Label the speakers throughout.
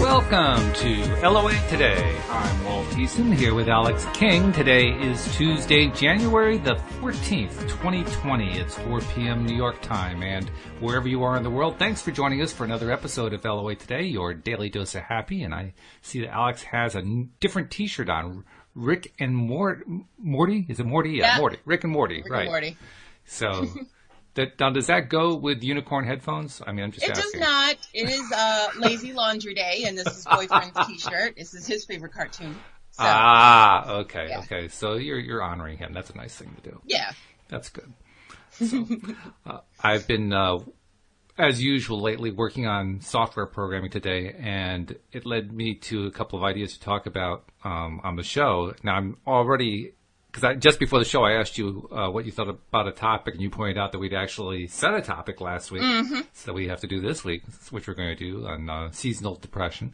Speaker 1: Welcome to LOA Today. I'm Walt Eason here with Alex King. Today is Tuesday, January the 14th, 2020. It's 4 p.m. New York time. And wherever you are in the world, thanks for joining us for another episode of LOA Today, your daily dose of happy. And I see that Alex has a n- different t shirt on. Rick and Mort- Morty? Is it Morty? Yeah,
Speaker 2: Yeah.
Speaker 1: Morty. Rick and Morty,
Speaker 2: Rick
Speaker 1: right.
Speaker 2: and Morty.
Speaker 1: So, that, now does that go with unicorn headphones? I mean, I'm just
Speaker 2: It does
Speaker 1: asking.
Speaker 2: not. It is uh, Lazy Laundry Day, and this is boyfriend's T-shirt. This is his favorite cartoon. So,
Speaker 1: Ah, okay,
Speaker 2: Yeah.
Speaker 1: okay. So you're you're honoring him. That's a nice thing to do.
Speaker 2: yeah,
Speaker 1: That's good. So, uh, I've been, uh, as usual, lately working on software programming today, and it led me to a couple of ideas to talk about um, on the show. Now I'm already because I, just before the show, I asked you uh, what you thought about a topic, and you pointed out that we'd actually set a topic last week, so we have to do this week, which we're going to do on uh, seasonal depression.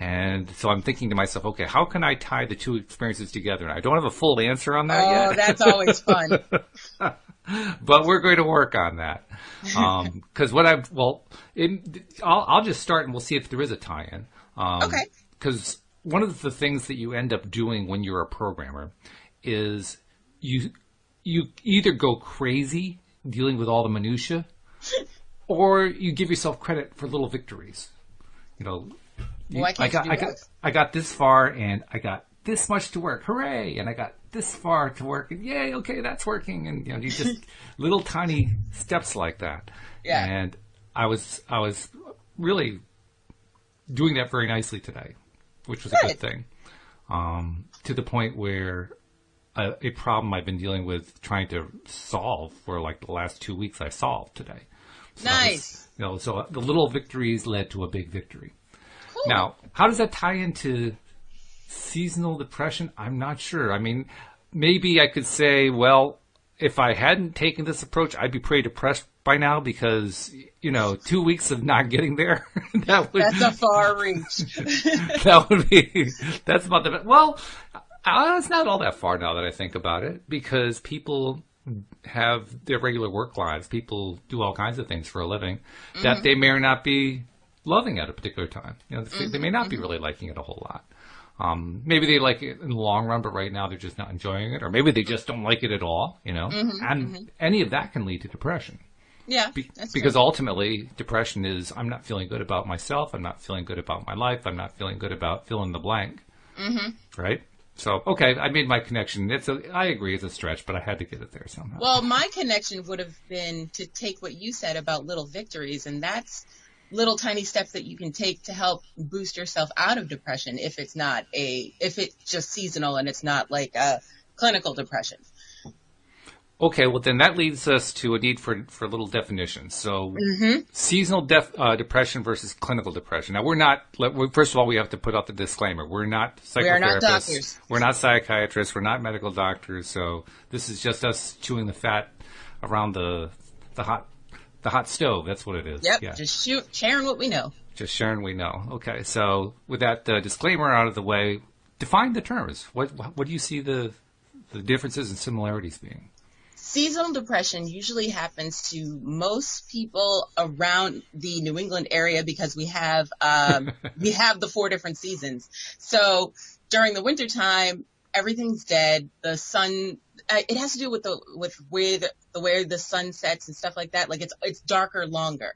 Speaker 1: And so I'm thinking to myself, okay, how can I tie the two experiences together? And I don't have a full answer on that yet
Speaker 2: oh, that's always
Speaker 1: Um,
Speaker 2: fun.
Speaker 1: but we're going to work on that because what I've well, it, I'll, I'll just start and we'll see if there is a tie-in. Um,
Speaker 2: Okay.
Speaker 1: Because one of the things that you end up doing when you're a programmer is you you either go crazy dealing with all the minutia, or you give yourself credit for little victories. You know, you-
Speaker 2: Well, I can't
Speaker 1: got
Speaker 2: do
Speaker 1: I got
Speaker 2: both.
Speaker 1: I got this far and I got this much to work. Hooray! And I got this far to work. And yay! Okay, that's working. And you know, you just little tiny steps like that.
Speaker 2: Yeah.
Speaker 1: And I was I was really doing that very nicely today, which was a good
Speaker 2: Good.
Speaker 1: thing. Um, to the point where a, a problem I've been dealing with trying to solve for like the last two weeks I solved today. So I was-
Speaker 2: Nice.
Speaker 1: you know, so the little victories led to a big victory.
Speaker 2: Cool.
Speaker 1: Now, how does that tie into seasonal depression? I'm not sure. I mean, maybe I could say, well, if I hadn't taken this approach, I'd be pretty depressed by now because, you know, two weeks of not getting there, that would,
Speaker 2: that's a far reach.
Speaker 1: that would be, that's about the, well, uh, it's not all that far now that I think about it because people have their regular work lives. People do all kinds of things for a living that they may or not be loving at a particular time. You know, they- they may not be really liking it a whole lot. Um, maybe they like it in the long run, but right now they're just not enjoying it, or maybe they just don't like it at all. You know, and any of that can lead to depression
Speaker 2: Yeah,
Speaker 1: be-
Speaker 2: that's
Speaker 1: because
Speaker 2: true.
Speaker 1: ultimately depression is I'm not feeling good about myself. I'm not feeling good about my life. I'm not feeling good about fill in the blank. Mm-hmm. Right. So okay, I made my connection. It's a I agree it's a stretch, but I had to get it there somehow.
Speaker 2: well, my connection would have been to take what you said about little victories, and that's little tiny steps that you can take to help boost yourself out of depression if it's not a if it's just seasonal and it's not like a clinical depression.
Speaker 1: okay, well then that leads us to a need for for a little definition. So
Speaker 2: Mm-hmm.
Speaker 1: seasonal def, uh, depression versus clinical depression. Now we're not. Let, we, first of all, we have to put out the disclaimer: we're not psychotherapists.
Speaker 2: are not doctors.
Speaker 1: We're not psychiatrists. We're not medical doctors. So this is just us chewing the fat around the the hot the hot stove. That's what it is.
Speaker 2: Yep,
Speaker 1: Yeah.
Speaker 2: just shoot, sharing what we know.
Speaker 1: Just sharing we know. Okay, so with that uh, disclaimer out of the way, define the terms. What what do you see the the differences and similarities being?
Speaker 2: Seasonal depression usually happens to most people around the New England area because we have um, we have the four different seasons. So during the winter time, everything's dead. The sun uh, it has to do with the with where the, the where the sun sets and stuff like that. Like it's it's darker longer,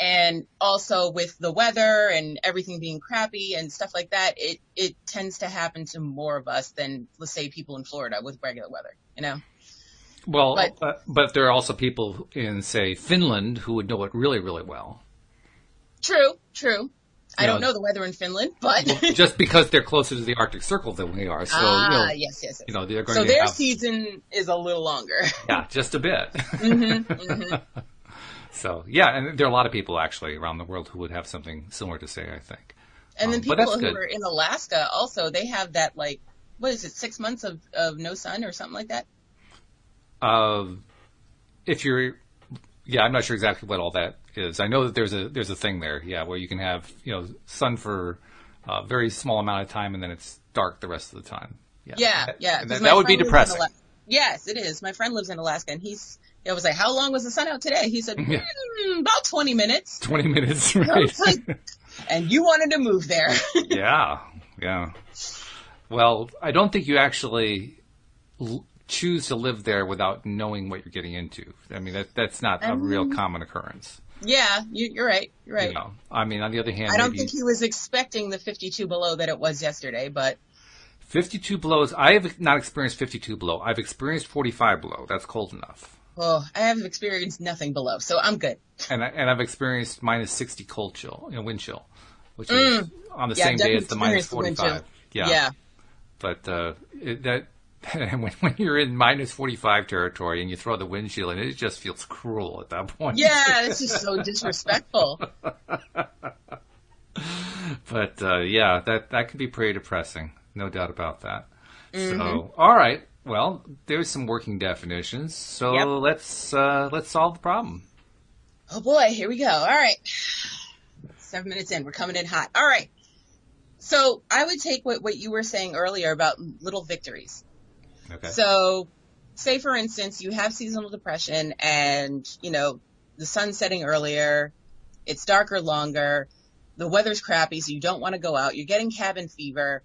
Speaker 2: and also with the weather and everything being crappy and stuff like that. It it tends to happen to more of us than let's say people in Florida with regular weather. You know.
Speaker 1: Well,
Speaker 2: But-
Speaker 1: uh, but there are also people in, say, Finland who would know it really, really well,
Speaker 2: True, true. I
Speaker 1: Yeah.
Speaker 2: don't know the weather in Finland, but
Speaker 1: just because they're closer to the Arctic Circle than we are. So,
Speaker 2: ah,
Speaker 1: you know,
Speaker 2: yes, yes. yes.
Speaker 1: you know, they're going
Speaker 2: so
Speaker 1: to
Speaker 2: their
Speaker 1: have,
Speaker 2: season is a little longer.
Speaker 1: yeah, just a bit.
Speaker 2: Mm-hmm,
Speaker 1: so, yeah, and there are a lot of people actually around the world who would have something similar to say. I think.
Speaker 2: And then
Speaker 1: Um, but that's
Speaker 2: people who
Speaker 1: good.
Speaker 2: are in Alaska also, they have that like, what is it, six months of, of no sun or something like that?
Speaker 1: Uh, if you're, yeah, I'm not sure exactly what all that is. I know that there's a there's a thing there, yeah, where you can have you know sun for a very small amount of time and then it's dark the rest of the time.
Speaker 2: Yeah,
Speaker 1: That-
Speaker 2: yeah.
Speaker 1: and
Speaker 2: 'cause
Speaker 1: That,
Speaker 2: my
Speaker 1: that would be
Speaker 2: friend lives in
Speaker 1: depressing.
Speaker 2: Ala- yes, it is. My friend lives in Alaska and he's, I was like, how long was the sun out today? He said,
Speaker 1: Yeah.
Speaker 2: "Mm, about 20 minutes.
Speaker 1: 20 minutes, right?
Speaker 2: It's like, and you wanted to move there.
Speaker 1: yeah, yeah. Well, I don't think you actually l- choose to live there without knowing what you're getting into. I mean, that that's not a real common occurrence.
Speaker 2: yeah, you, are right. You're Um, right.
Speaker 1: You know, I mean, on the other hand,
Speaker 2: I don't
Speaker 1: maybe
Speaker 2: think he was expecting the 52 below that it was yesterday, but
Speaker 1: 52 blows. I have not experienced 52 blow. I've experienced 45 blow. That's cold enough.
Speaker 2: oh, I have experienced nothing below, so I'm good.
Speaker 1: And I, and I've experienced minus 60 cold chill, you know, wind chill, which is on the
Speaker 2: Mm. Yeah,
Speaker 1: same day
Speaker 2: definitely
Speaker 1: as the minus
Speaker 2: experienced the
Speaker 1: 45.
Speaker 2: wind
Speaker 1: yeah.
Speaker 2: yeah.
Speaker 1: But uh, it, that when, when you're in minus 45 territory and you throw the windshield and it just feels cruel at that point.
Speaker 2: Yeah, this is so disrespectful.
Speaker 1: But uh, yeah, that that can be pretty depressing, no doubt about that. So,
Speaker 2: Mm-hmm.
Speaker 1: all right, well, there's some working definitions. So
Speaker 2: Yep.
Speaker 1: let's uh, let's solve the problem.
Speaker 2: Oh boy, here we go. All right. Seven minutes in. We're coming in hot. All right. So I would take what, what you were saying earlier about little victories.
Speaker 1: Okay.
Speaker 2: So, say for instance, you have seasonal depression and, you know, the sun's setting earlier, it's darker longer, the weather's crappy, so you don't want to go out, you're getting cabin fever,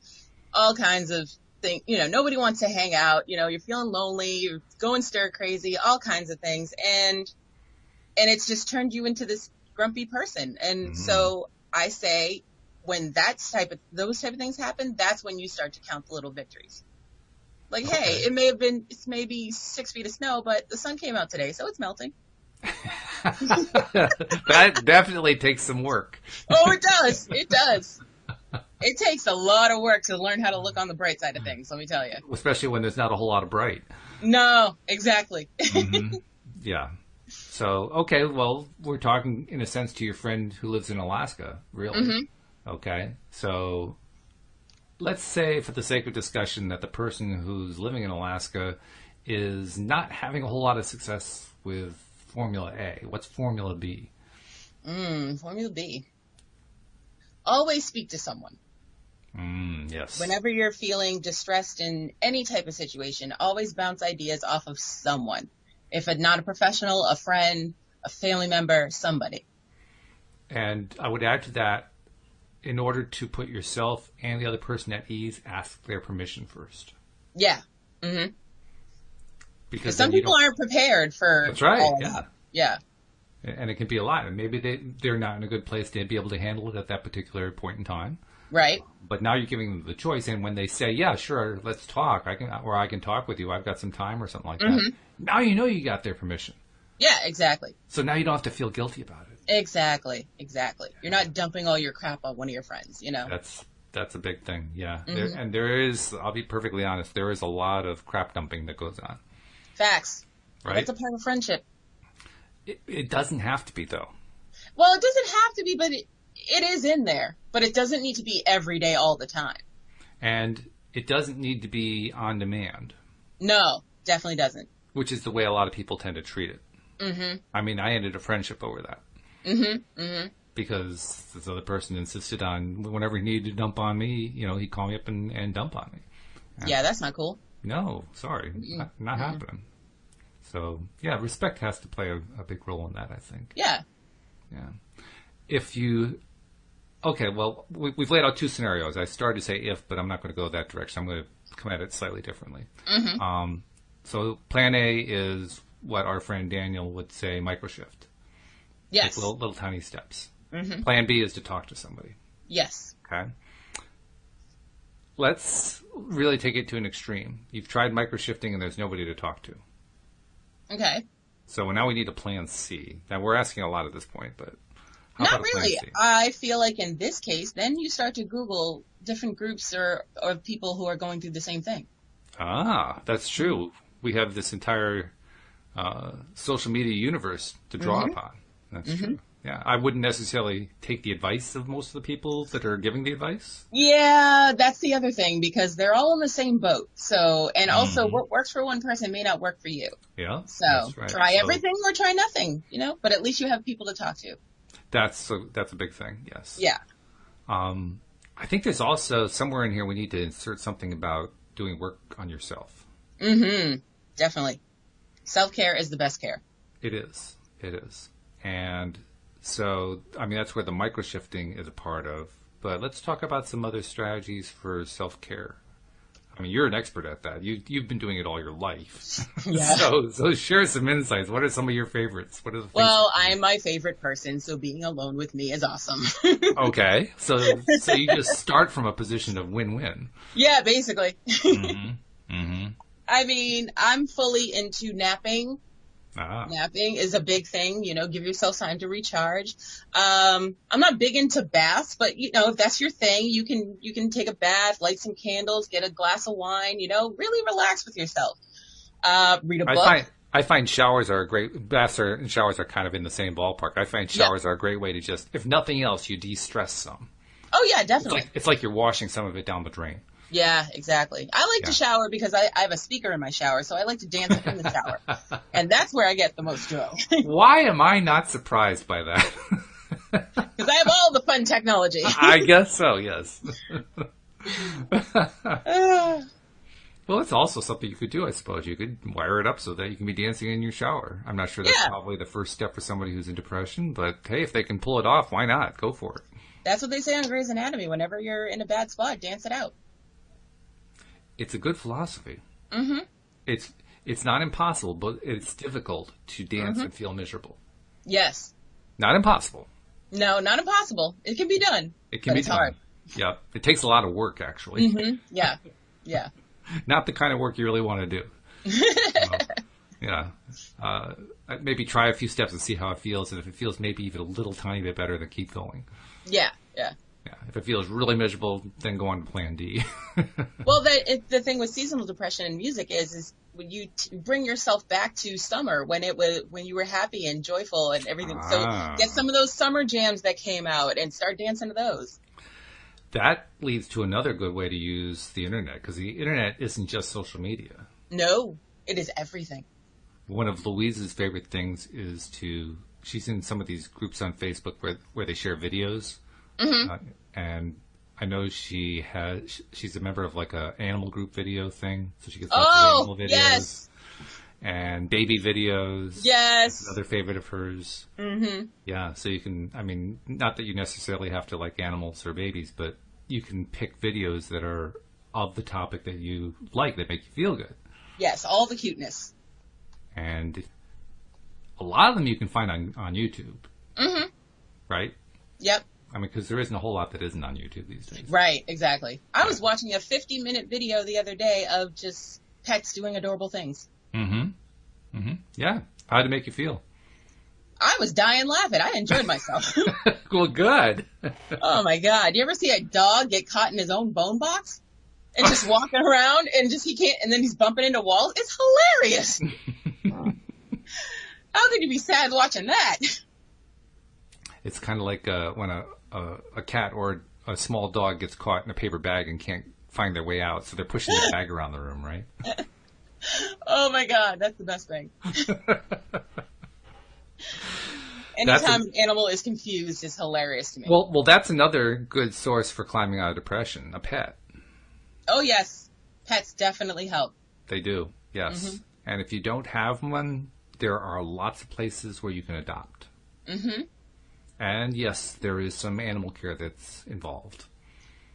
Speaker 2: all kinds of things, you know, nobody wants to hang out, you know, you're feeling lonely, you're going stir crazy, all kinds of things. And, and it's just turned you into this grumpy person. And
Speaker 1: Mhm.
Speaker 2: so I say, when that type of, those type of things happen, that's when you start to count the little victories. Like, hey, it may have been it's maybe six feet of snow, but the sun came out today, so it's melting.
Speaker 1: that definitely takes some work.
Speaker 2: Oh, it does. It does. It takes a lot of work to learn how to look on the bright side of things. Let me tell you.
Speaker 1: especially when there's not a whole lot of bright. Mm-hmm.
Speaker 2: No, exactly.
Speaker 1: Yeah. So okay, well, we're talking in a sense to your friend who lives in Alaska, really. Okay. So let's say, for the sake of discussion, that the person who's living in Alaska is not having a whole lot of success with Formula A. What's Formula B?
Speaker 2: Mm, Formula B. Always speak to someone.
Speaker 1: Mm, yes.
Speaker 2: Whenever you're feeling distressed in any type of situation, always bounce ideas off of someone. If a, not a professional, a friend, a family member, somebody.
Speaker 1: And I would add to that, in order to put yourself and the other person at ease, ask their permission first.
Speaker 2: Yeah. Mm-hmm.
Speaker 1: Because
Speaker 2: Because some
Speaker 1: then you
Speaker 2: people
Speaker 1: don't-
Speaker 2: aren't prepared for.
Speaker 1: That's right.
Speaker 2: all of
Speaker 1: yeah.
Speaker 2: that. Yeah.
Speaker 1: and it can be a lot. And maybe they they're not in a good place to be able to handle it at that particular point in time.
Speaker 2: Right.
Speaker 1: But now you're giving them the choice, and when they say, "Yeah, sure, let's talk," I can or I can talk with you. I've got some time or something like that.
Speaker 2: Mm-hmm.
Speaker 1: Now you know you got their permission,
Speaker 2: Yeah, exactly.
Speaker 1: so now you don't have to feel guilty about it.
Speaker 2: Exactly. Exactly. You're not dumping all your crap on one of your friends, you know?
Speaker 1: That's that's a big thing, yeah.
Speaker 2: Mm-hmm.
Speaker 1: There, and there is, I'll be perfectly honest, there is a lot of crap dumping that goes on.
Speaker 2: Facts.
Speaker 1: Right?
Speaker 2: That's a part of friendship.
Speaker 1: it, it doesn't have to be though.
Speaker 2: Well, it doesn't have to be, but it, it is in there. But it doesn't need to be every day all the time.
Speaker 1: And it doesn't need to be on demand.
Speaker 2: No, definitely doesn't.
Speaker 1: which is the way a lot of people tend to treat it. Mm-hmm. I mean, I ended a friendship over that. Mm-hmm. Mm-hmm. Because this other person insisted on whenever he needed to dump on me, you know, he'd call me up and, and dump on me.
Speaker 2: Yeah, that's not cool.
Speaker 1: No, sorry, not, not happening. So yeah, respect has to play a, a big role in that. I think.
Speaker 2: Yeah.
Speaker 1: Yeah. If you, okay, well, we, we've laid out two scenarios. I started to say if, but I'm not going to go that direction. I'm going to come at it slightly differently.
Speaker 2: Mm-hmm.
Speaker 1: Um, so plan A is what our friend Daniel would say, microshift,
Speaker 2: Yes. Mm-hmm.
Speaker 1: little, little tiny steps. Plan B is to talk to somebody.
Speaker 2: Yes.
Speaker 1: Okay. Let's really take it to an extreme. You've tried microshifting and there's nobody to talk to.
Speaker 2: Okay.
Speaker 1: So now we need a plan C. Now we're asking a lot at this point, but how
Speaker 2: Not
Speaker 1: about a plan
Speaker 2: really.
Speaker 1: C?
Speaker 2: I feel like in this case, then you start to Google different groups or, or people who are going through the same thing.
Speaker 1: Ah, that's true. We have this entire uh, social media universe to draw
Speaker 2: Mm-hmm.
Speaker 1: upon. That's true. Yeah, I wouldn't necessarily take the advice of most of the people that are giving the advice.
Speaker 2: Yeah, that's the other thing because they're all in the same boat. So, and also what works for one person may not work for you.
Speaker 1: Yeah.
Speaker 2: So
Speaker 1: Mm-hmm. that's right.
Speaker 2: try
Speaker 1: So
Speaker 2: everything or try nothing, you know, but at least you have people to talk to.
Speaker 1: That's a, that's a big thing. Yes.
Speaker 2: Yeah.
Speaker 1: Um, I think there's also somewhere in here we need to insert something about doing work on yourself.
Speaker 2: Mm-hmm. Definitely. Self care is the best care.
Speaker 1: It is. It is. And So, I mean, that's where the micro shifting is a part of. But let's talk about some other strategies for self care. I mean, you're an expert at that. You, you've been doing it all your life.
Speaker 2: Yeah.
Speaker 1: so, so share some insights. What are some of your favorites? What are the things-
Speaker 2: Well, I'm my favorite person, so being alone with me is awesome.
Speaker 1: okay. So, so you just start from a position of win-win.
Speaker 2: yeah, basically.
Speaker 1: Mm-hmm. mm-hmm.
Speaker 2: I mean, I'm fully into napping.
Speaker 1: Ah.
Speaker 2: Napping is a big thing, you know, give yourself time to recharge. Um, I'm not big into baths, but you know, if that's your thing, you can, you can take a bath, light some candles, get a glass of wine, you know, really relax with yourself. Uh, read a
Speaker 1: I
Speaker 2: book.
Speaker 1: find I find showers are a great baths are, and showers are kind of in the same ballpark. I find
Speaker 2: Yeah.
Speaker 1: showers are a great way to just, if nothing else, you de-stress some.
Speaker 2: oh yeah,
Speaker 1: It's
Speaker 2: definitely.
Speaker 1: like it's like you're washing some of it down the drain.
Speaker 2: Yeah, exactly. I like to
Speaker 1: Yeah.
Speaker 2: shower because I, I have a speaker in my shower, so I like to dance in the shower. And that's where I get the most joy.
Speaker 1: Why am I not surprised by that?
Speaker 2: Because I have all the fun technology.
Speaker 1: I guess so. Yes.
Speaker 2: Ah,
Speaker 1: Well, it's also something you could do. I suppose you could wire it up so that you can be dancing in your shower. I'm not sure that's
Speaker 2: Yeah.
Speaker 1: probably the first step for somebody who's in depression, but hey, if they can pull it off, why not? Go for it.
Speaker 2: that's what they say on Grey's Anatomy. Whenever you're in a bad spot, dance it out.
Speaker 1: It's a good philosophy. Mm-hmm.
Speaker 2: Mhm.
Speaker 1: It's it's not impossible, but it's difficult to dance and feel miserable.
Speaker 2: Yes.
Speaker 1: Not impossible.
Speaker 2: No, not impossible. It can be done.
Speaker 1: It can
Speaker 2: But
Speaker 1: be
Speaker 2: it's
Speaker 1: done.
Speaker 2: hard.
Speaker 1: Yep. It takes a lot of work, actually.
Speaker 2: Yeah. Yeah.
Speaker 1: Not the kind of work you really want to do. Um, yeah. Uh, maybe try a few steps and see how it feels, and if it feels maybe even a little tiny bit better, then keep going.
Speaker 2: Yeah. Yeah.
Speaker 1: Yeah. If it feels really miserable, then go on to Plan D.
Speaker 2: Well, the, it, the thing with seasonal depression and music is, is when you t- bring yourself back to summer when it was, when you were happy and joyful and everything.
Speaker 1: Ah.
Speaker 2: So get some of those summer jams that came out and start dancing to those.
Speaker 1: that leads to another good way to use the internet because the internet isn't just social media.
Speaker 2: No, it is everything.
Speaker 1: one of Louise's favorite things is to she's in some of these groups on Facebook where where they share videos,
Speaker 2: Mm-hmm.
Speaker 1: Uh, and I know she has she's a member of like a animal group video thing, so she gets lots
Speaker 2: Oh,
Speaker 1: of animal videos
Speaker 2: yes.
Speaker 1: and baby videos.
Speaker 2: Yes.
Speaker 1: Another favorite of hers. Mm-hmm. Yeah, so you can. I mean, not that you necessarily have to like animals or babies, but you can pick videos that are of the topic that you like that make you feel good
Speaker 2: Yes. All the cuteness.
Speaker 1: and a lot of them you can find on on YouTube,
Speaker 2: hmm
Speaker 1: right?
Speaker 2: Yep.
Speaker 1: I mean, because there isn't a whole lot that isn't on YouTube these days.
Speaker 2: Right, exactly. I was watching a 50 minute video the other day of just pets doing adorable things.
Speaker 1: Mm-hmm. Mm-hmm. Yeah. How'd it make you feel?
Speaker 2: I was dying laughing. I enjoyed myself.
Speaker 1: well, good.
Speaker 2: oh my god. You ever see a dog get caught in his own bone box? And just walking around and just he can't and then he's bumping into walls? It's hilarious. I don't think you'd be sad watching that.
Speaker 1: It's kind of like uh, when a, a a cat or a small dog gets caught in a paper bag and can't find their way out, so they're pushing the bag around the room, right?
Speaker 2: Oh my god, that's the best thing.
Speaker 1: That's
Speaker 2: Anytime an animal is confused is hilarious to me.
Speaker 1: Well, well, that's another good source for climbing out of depression. A pet.
Speaker 2: oh yes, pets definitely help.
Speaker 1: They do, yes.
Speaker 2: Mm-hmm.
Speaker 1: And if you don't have one, there are lots of places where you can adopt.
Speaker 2: Mhm.
Speaker 1: And yes, there is some animal care that's involved.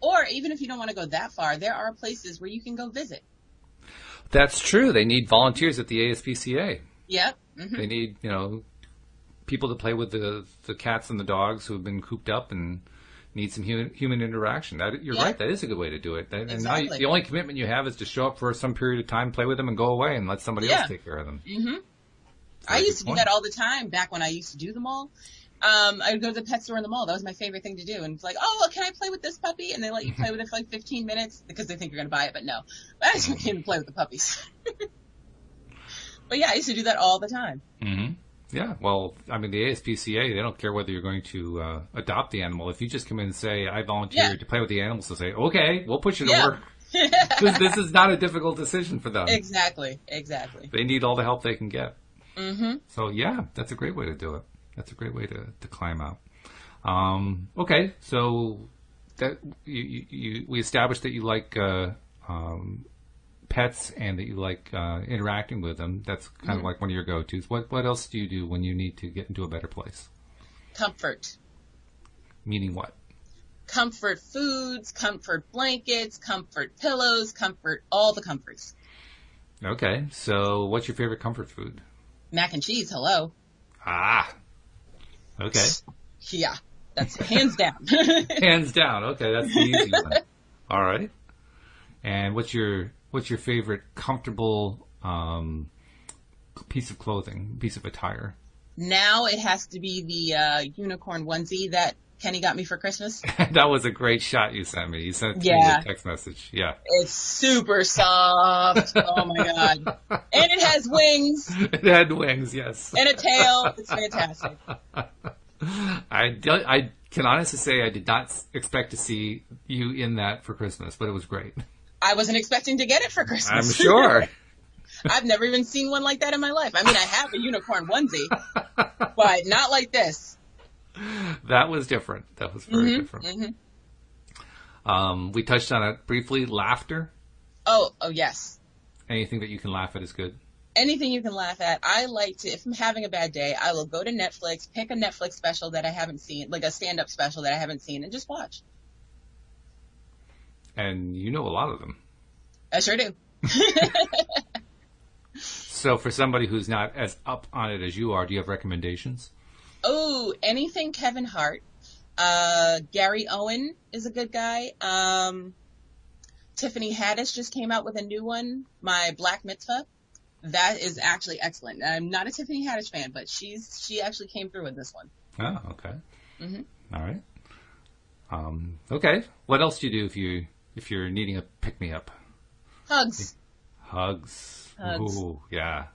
Speaker 2: Or even if you don't want to go that far, there are places where you can go visit.
Speaker 1: That's true. They need volunteers at the ASPCA.
Speaker 2: Yep. hmm
Speaker 1: They need, you know, people to play with the, the cats and the dogs who have been cooped up and need some human, human interaction. That you're
Speaker 2: Yeah.
Speaker 1: right. That is a good way to do it. That- And now you-
Speaker 2: Exactly.
Speaker 1: the only commitment you have is to show up for some period of time, play with them, and go away, and let somebody
Speaker 2: Yeah.
Speaker 1: else take care of them.
Speaker 2: hmm
Speaker 1: Very
Speaker 2: I
Speaker 1: good
Speaker 2: used to do
Speaker 1: point.
Speaker 2: that all the time back when I used to do the mall. Um, I would go to the pet store in the mall. That was my favorite thing to do. And it's like, oh, well, can I play with this puppy? And they let you play with it for like 15 minutes because they think you're going to buy it, but no. But I just
Speaker 1: Mm-hmm.
Speaker 2: came to play with the puppies. but yeah, I used to do that all the time.
Speaker 1: hmm Yeah, well, I mean, the ASPCA, they don't care whether you're going to uh, adopt the animal. If you just come in and say, I volunteer
Speaker 2: Yeah.
Speaker 1: to play with the animals, they'll say, okay, we'll put you to
Speaker 2: Yeah.
Speaker 1: work. this, this is not a difficult decision for them.
Speaker 2: Exactly. Exactly.
Speaker 1: They need all the help they can get.
Speaker 2: hmm
Speaker 1: So, yeah, that's a great way to do it. That's a great way to, to climb out. Um, okay, so that you, you, you, we established that you like uh, um, pets and that you like uh, interacting with them. That's kind of like one of your go-tos. What, what else do you do when you need to get into a better place?
Speaker 2: comfort.
Speaker 1: Meaning what?
Speaker 2: Comfort foods, comfort blankets, comfort pillows, comfort all the comforts.
Speaker 1: Okay, so what's your favorite comfort food?
Speaker 2: Mac and cheese, hello.
Speaker 1: Ah. Okay.
Speaker 2: Yeah, that's hands down.
Speaker 1: Hands down. Okay, that's the easy one. All right. And what's your what's your favorite comfortable um, piece of clothing, piece of attire?
Speaker 2: now it has to be the uh, unicorn onesie that Kenny got me for Christmas.
Speaker 1: that was a great shot you sent me. You sent it to
Speaker 2: Yeah.
Speaker 1: me a text message. Yeah.
Speaker 2: It's super soft. oh my god! And it has wings
Speaker 1: it had wings, yes.
Speaker 2: and a tail. It's fantastic.
Speaker 1: I, do- I can honestly say I did not s- expect to see you in that for Christmas, but it was great.
Speaker 2: I wasn't expecting to get it for Christmas.
Speaker 1: I'm sure.
Speaker 2: I've never even seen one like that in my life. I mean, I have a unicorn onesie, but not like this.
Speaker 1: that was different. That was very different. Um, we touched on it briefly. Laughter.
Speaker 2: Oh, oh yes.
Speaker 1: Anything that you can laugh at is good.
Speaker 2: anything you can laugh at. I like to, if I'm having a bad day, I will go to Netflix, pick a Netflix special that I haven't seen, like a stand up special that I haven't seen, and just watch.
Speaker 1: And you know a lot of them.
Speaker 2: I sure do.
Speaker 1: So for somebody who's not as up on it as you are, do you have recommendations?
Speaker 2: Oh, anything Kevin Hart. Uh, Gary Owen is a good guy. Um, Tiffany Haddish just came out with a new one, My Black Mitzvah. That is actually excellent. I'm not a Tiffany Haddish fan, but she's she actually came through with this one.
Speaker 1: Oh, okay.
Speaker 2: Mm-hmm.
Speaker 1: All right. Um, okay. What else do you do if you if you're needing a pick me up?
Speaker 2: Hugs.
Speaker 1: Hugs.
Speaker 2: Hugs.
Speaker 1: Ooh, yeah.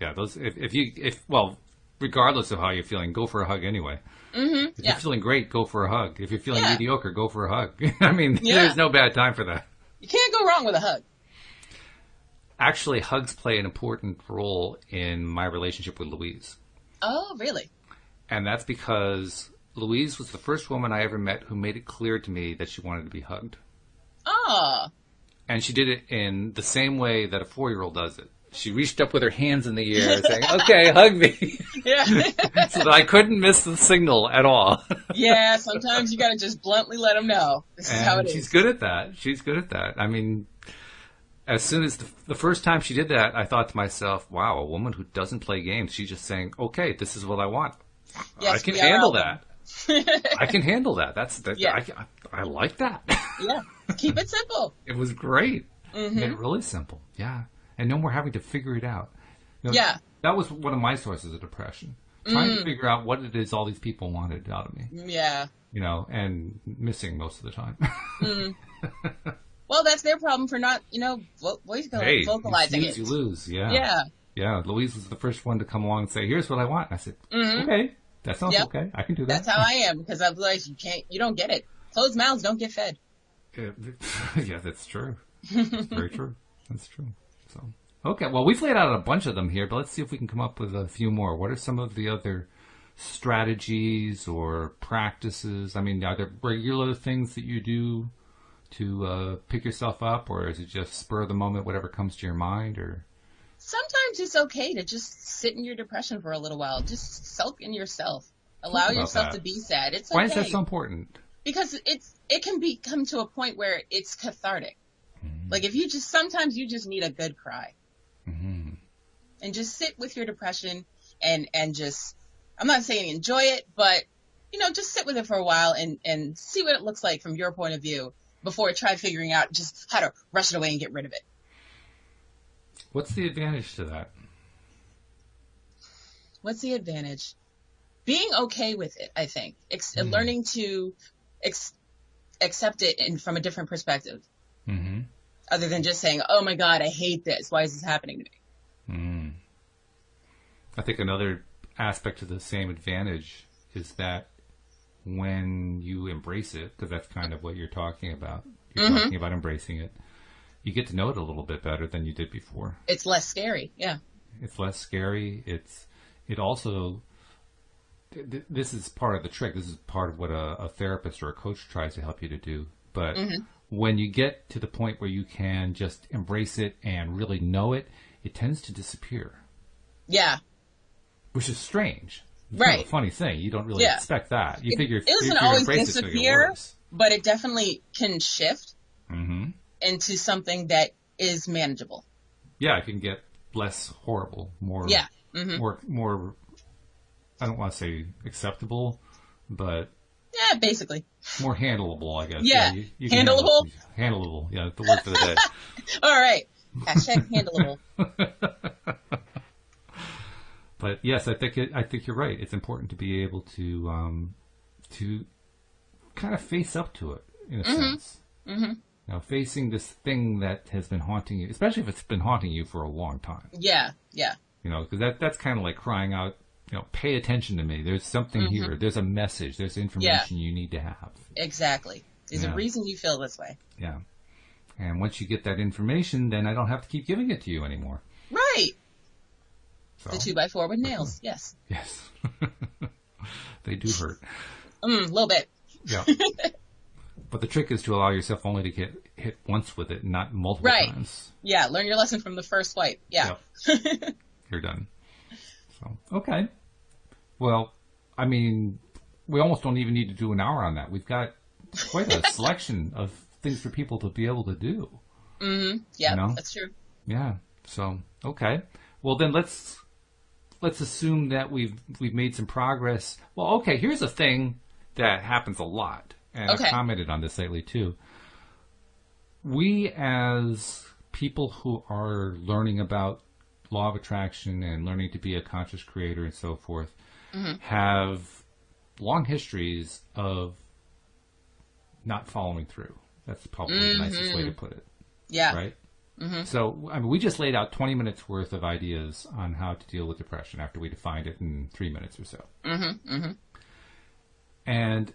Speaker 1: Yeah. Those. If, if you if well, regardless of how you're feeling, go for a hug anyway. Mm-hmm. If
Speaker 2: yeah.
Speaker 1: you're feeling great, go for a hug. If you're feeling
Speaker 2: Yeah.
Speaker 1: mediocre, go for a hug. I mean,
Speaker 2: Yeah.
Speaker 1: there's no bad time for that.
Speaker 2: You can't go wrong with a hug.
Speaker 1: Actually, hugs play an important role in my relationship with Louise.
Speaker 2: Oh, really?
Speaker 1: And that's because Louise was the first woman I ever met who made it clear to me that she wanted to be hugged.
Speaker 2: Oh,
Speaker 1: And she did it in the same way that a four year old does it. She reached up with her hands in the air saying, okay, hug me.
Speaker 2: yeah.
Speaker 1: so that I couldn't miss the signal at all.
Speaker 2: yeah, sometimes you gotta just bluntly let them know. This is how it
Speaker 1: And
Speaker 2: is.
Speaker 1: she's good at that. She's good at that. I mean, as soon as the, the first time she did that, I thought to myself, wow, a woman who doesn't play games, she's just saying, okay, this is what I want.
Speaker 2: Yes,
Speaker 1: I can
Speaker 2: we are
Speaker 1: handle
Speaker 2: all-
Speaker 1: that. I can handle that. That's that,
Speaker 2: Yeah.
Speaker 1: I, I, I like that.
Speaker 2: Yeah, keep it simple.
Speaker 1: it was great. Made
Speaker 2: Mm-hmm.
Speaker 1: it really simple. Yeah, and no more having to figure it out. You know,
Speaker 2: Yeah. Mm.
Speaker 1: that was one of my sources of depression. Trying to figure out what it is all these people wanted out of me,
Speaker 2: Yeah.
Speaker 1: you know, and missing most of the time.
Speaker 2: Well, that's their problem for not, you know, vo- vocal-
Speaker 1: hey,
Speaker 2: vocalizing
Speaker 1: you
Speaker 2: it.
Speaker 1: snooze, you lose. Yeah.
Speaker 2: Yeah.
Speaker 1: Yeah, Louise was the first one to come along and say, "Here's what I want." I said, "Okay, that sounds
Speaker 2: Mm-hmm. Yep.
Speaker 1: okay. I can do that."
Speaker 2: That's how I am because I'm like, you can't, you don't get it. Closed mouths don't get fed.
Speaker 1: Yeah, yeah, that's true. That's very true. That's true. So, okay. Well, we've laid out a bunch of them here, but let's see if we can come up with a few more. What are some of the other strategies or practices? I mean, are there regular things that you do to uh, pick yourself up, or is it just spur of the moment, whatever comes to your mind? Or
Speaker 2: Sometimes it's okay to just sit in your depression for a little while. Just sulk in yourself. Allow
Speaker 1: about
Speaker 2: yourself
Speaker 1: that.
Speaker 2: to be sad. It's okay.
Speaker 1: why is that so important?
Speaker 2: because it's it can be come to a point where it's cathartic. Like if you just sometimes you just need a good cry, and just sit with your depression and and just I'm not saying enjoy it, but you know just sit with it for a while and and see what it looks like from your point of view before try figuring out just how to rush it away and get rid of it.
Speaker 1: What's the advantage to that?
Speaker 2: What's the advantage? Being okay with it, I think. Ex- Learning to ex- accept it and from a different perspective.
Speaker 1: Mm-hmm.
Speaker 2: other than just saying, "Oh my God, I hate this. Why is this happening to me?"
Speaker 1: I think another aspect of the same advantage is that when you embrace it, because that's kind of what you're talking about, you're talking about embracing it, you get to know it a little bit better than you did before.
Speaker 2: It's less scary. Yeah,
Speaker 1: It's less scary. It's it also th- th- this is part of the trick. This is part of what a, a therapist or a coach tries to help you to do. But when you get to the point where you can just embrace it and really know it, it tends to disappear,
Speaker 2: yeah,
Speaker 1: which is strange. kind of
Speaker 2: Right.
Speaker 1: a funny thing. You don't really
Speaker 2: Yeah.
Speaker 1: expect that. You
Speaker 2: It-
Speaker 1: figure
Speaker 2: it doesn't
Speaker 1: if you're gonna
Speaker 2: always
Speaker 1: embrace it, it's gonna get
Speaker 2: disappear,
Speaker 1: worse.
Speaker 2: but it definitely can shift
Speaker 1: hmm
Speaker 2: into something that is manageable.
Speaker 1: Yeah, it can get less horrible, more
Speaker 2: Yeah. hmm
Speaker 1: more more. I don't want to say acceptable, but
Speaker 2: Yeah, basically.
Speaker 1: more handleable, I guess.
Speaker 2: Yeah.
Speaker 1: you, you can
Speaker 2: Handleable?
Speaker 1: Handle, handleable. Yeah, the word for the day.
Speaker 2: All right. Hashtag handleable.
Speaker 1: but yes, I think it, I think you're right. It's important to be able to um, to kind of face up to it in a sense. Mm-hmm. Now, facing this thing that has been haunting you, especially if it's been haunting you for a long time,
Speaker 2: Yeah. Yeah.
Speaker 1: you know, because that that's kind of like crying out, you know, pay attention to me. There's something here. There's a message. There's information you need to have.
Speaker 2: Exactly. There's
Speaker 1: Yeah.
Speaker 2: a reason you feel this way.
Speaker 1: Yeah. And once you get that information, then I don't have to keep giving it to you anymore.
Speaker 2: Right.
Speaker 1: So,
Speaker 2: The two by four
Speaker 1: Mm-hmm.
Speaker 2: with nails. Yes.
Speaker 1: yes, they do hurt.
Speaker 2: Mm, a little bit.
Speaker 1: Yeah. but the trick is to allow yourself only to get hit once with it, not multiple
Speaker 2: Right.
Speaker 1: times.
Speaker 2: Yeah. Learn your lesson from the first swipe. Yeah.
Speaker 1: Yep. You're done. So okay. Well, I mean, we almost don't even need to do an hour on that. We've got quite a selection of things for people to be able to do.
Speaker 2: Yeah.
Speaker 1: You know?
Speaker 2: That's true.
Speaker 1: Yeah. So okay. Well, then let's let's assume that we've we've made some progress. Well, okay. Here's a thing that happens a lot, and
Speaker 2: Okay.
Speaker 1: I've commented on this lately too. We as people who are learning about law of attraction and learning to be a conscious creator and so forth have long histories of not following through. That's probably the nicest way to put it
Speaker 2: Yeah.
Speaker 1: right? Mm-hmm. So, I mean, we just laid out 20 minutes worth of ideas on how to deal with depression after we defined it in three minutes or so. Mm-hmm, mm-hmm. And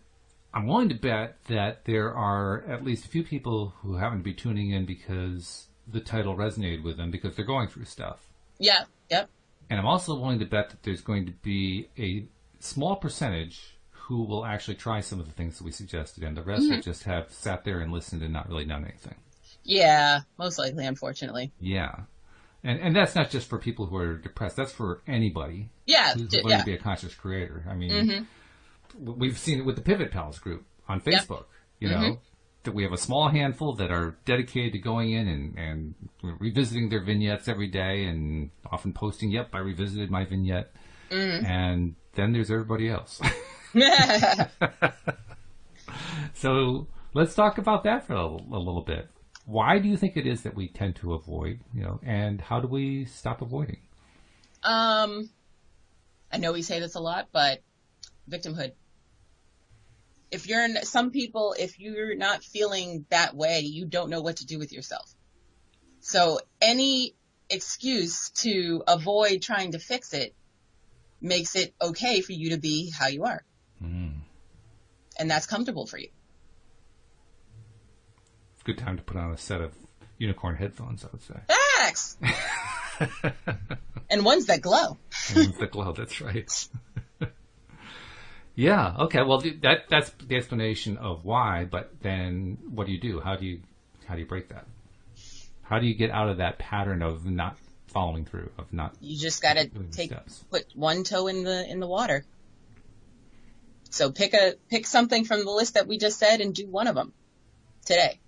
Speaker 1: I'm willing to bet that there are at least a few people who happen to be tuning in because the title resonated with them because they're going through stuff.
Speaker 2: Yeah. Yep.
Speaker 1: And I'm also willing to bet that there's going to be a small percentage who will actually try some of the things that we suggested, and the rest will just have sat there and listened and not really done anything.
Speaker 2: Yeah. Most likely, unfortunately.
Speaker 1: Yeah. And and that's not just for people who are depressed. That's for anybody
Speaker 2: Yeah.
Speaker 1: who's
Speaker 2: d-
Speaker 1: learning
Speaker 2: yeah.
Speaker 1: to be a conscious creator. I mean, w- we've seen it with the Pivot Pals group on Facebook. You know that we have a small handful that are dedicated to going in and and revisiting their vignettes every day, and often posting, "Yep, I revisited my vignette." And then there's everybody else. So let's talk about that for a, a little bit. Why do you think it is that we tend to avoid, you know, and how do we stop avoiding?
Speaker 2: um, I know we say this a lot, but victimhood. If you're, in, some people, if you're not feeling that way, you don't know what to do with yourself. So any excuse to avoid trying to fix it makes it okay for you to be how you are. And that's comfortable for you.
Speaker 1: It's a good time to put on a set of unicorn headphones, I would say.
Speaker 2: Facts! and ones that glow.
Speaker 1: And ones that glow, that's right. yeah, okay. Well, th- that that's the explanation of why, but then what do you do? How do you how do you break that? How do you get out of that pattern of not following through, of not
Speaker 2: you just gotta
Speaker 1: Doing the
Speaker 2: take
Speaker 1: steps.
Speaker 2: put one toe in the in the water. So pick a pick something from the list that we just said and do one of them today.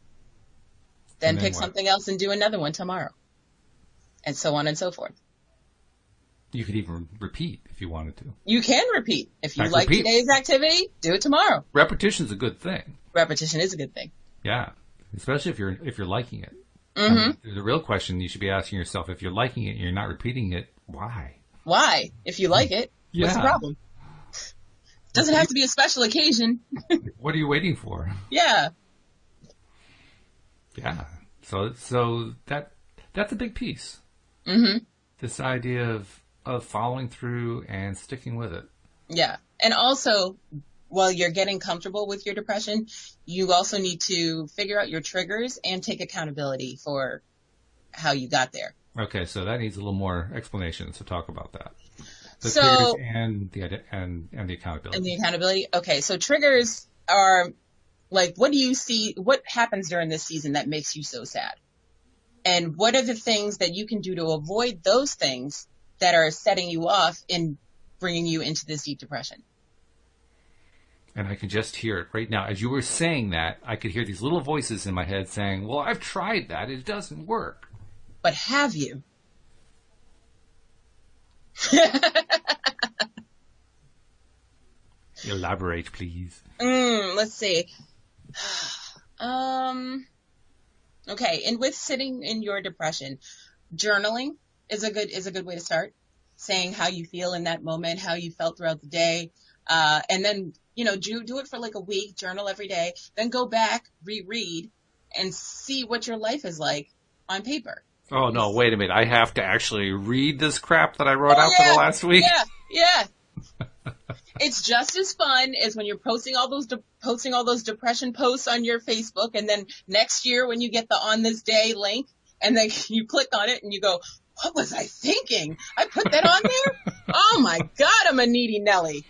Speaker 2: Then,
Speaker 1: And then
Speaker 2: pick
Speaker 1: what?
Speaker 2: something else and do another one tomorrow, and so on and so forth.
Speaker 1: you could even repeat if you wanted to.
Speaker 2: You can repeat if you
Speaker 1: Like
Speaker 2: like
Speaker 1: repeat.
Speaker 2: today's activity. Do it tomorrow.
Speaker 1: Repetition's a good thing.
Speaker 2: Repetition is a good thing.
Speaker 1: Yeah, especially if you're if you're liking it.
Speaker 2: Mm-hmm.
Speaker 1: I mean, the real question you should be asking yourself: if you're liking it, and you're not repeating it. Why?
Speaker 2: Why? If you like it, what's the
Speaker 1: Yeah.
Speaker 2: problem? Doesn't have to be a special occasion.
Speaker 1: What are you waiting for?
Speaker 2: Yeah.
Speaker 1: Yeah. So so that that's a big piece. Mm-hmm. This idea of of following through and sticking with it.
Speaker 2: Yeah. And also, while you're getting comfortable with your depression, you also need to figure out your triggers and take accountability for how you got there.
Speaker 1: Okay, so that needs a little more explanation. So talk about that. The
Speaker 2: So-
Speaker 1: triggers and the ide- and and the accountability.
Speaker 2: And the accountability. Okay. So triggers are like, what do you see? What happens during this season that makes you so sad? And what are the things that you can do to avoid those things that are setting you off and bringing you into this deep depression.
Speaker 1: And I can just hear it right now. As you were saying that, I could hear these little voices in my head saying, Well, I've tried that. It doesn't work.
Speaker 2: But have you?
Speaker 1: Elaborate, please.
Speaker 2: Mm, let's see. Um, okay. And with sitting in your depression, journaling is a good, is a good way to start saying how you feel in that moment, how you felt throughout the day. Uh, and then, you know, do, do it for like a week, journal every day, then go back, reread and see what your life is like on paper.
Speaker 1: Oh no, wait a minute. I have to actually read this crap that I
Speaker 2: Oh,
Speaker 1: wrote out for the last week.
Speaker 2: Yeah. Yeah. it's just as fun as when you're posting all those de- posting all those depression posts on your Facebook and then next year when you get the on this day link and then you click on it and you go, "What was I thinking? I put that on there? oh my god, I'm a needy Nelly."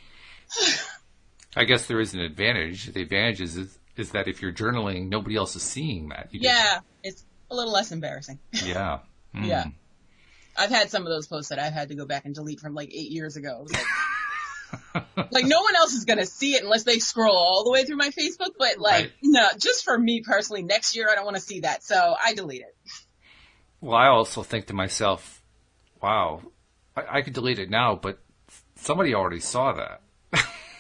Speaker 1: I guess there is an advantage. The advantage is is that if you're journaling, nobody else is seeing that. You
Speaker 2: yeah, it's a little less embarrassing.
Speaker 1: Yeah. Mm.
Speaker 2: Yeah. I've had some of those posts that I've had to go back and delete from like eight years ago. Like, like, no one else is gonna see it unless they scroll all the way through my Facebook, but like
Speaker 1: Right.
Speaker 2: no, just for me personally, next year I don't wanna see that, so I delete it.
Speaker 1: Well, I also think to myself, wow, I, I could delete it now, but somebody already saw that.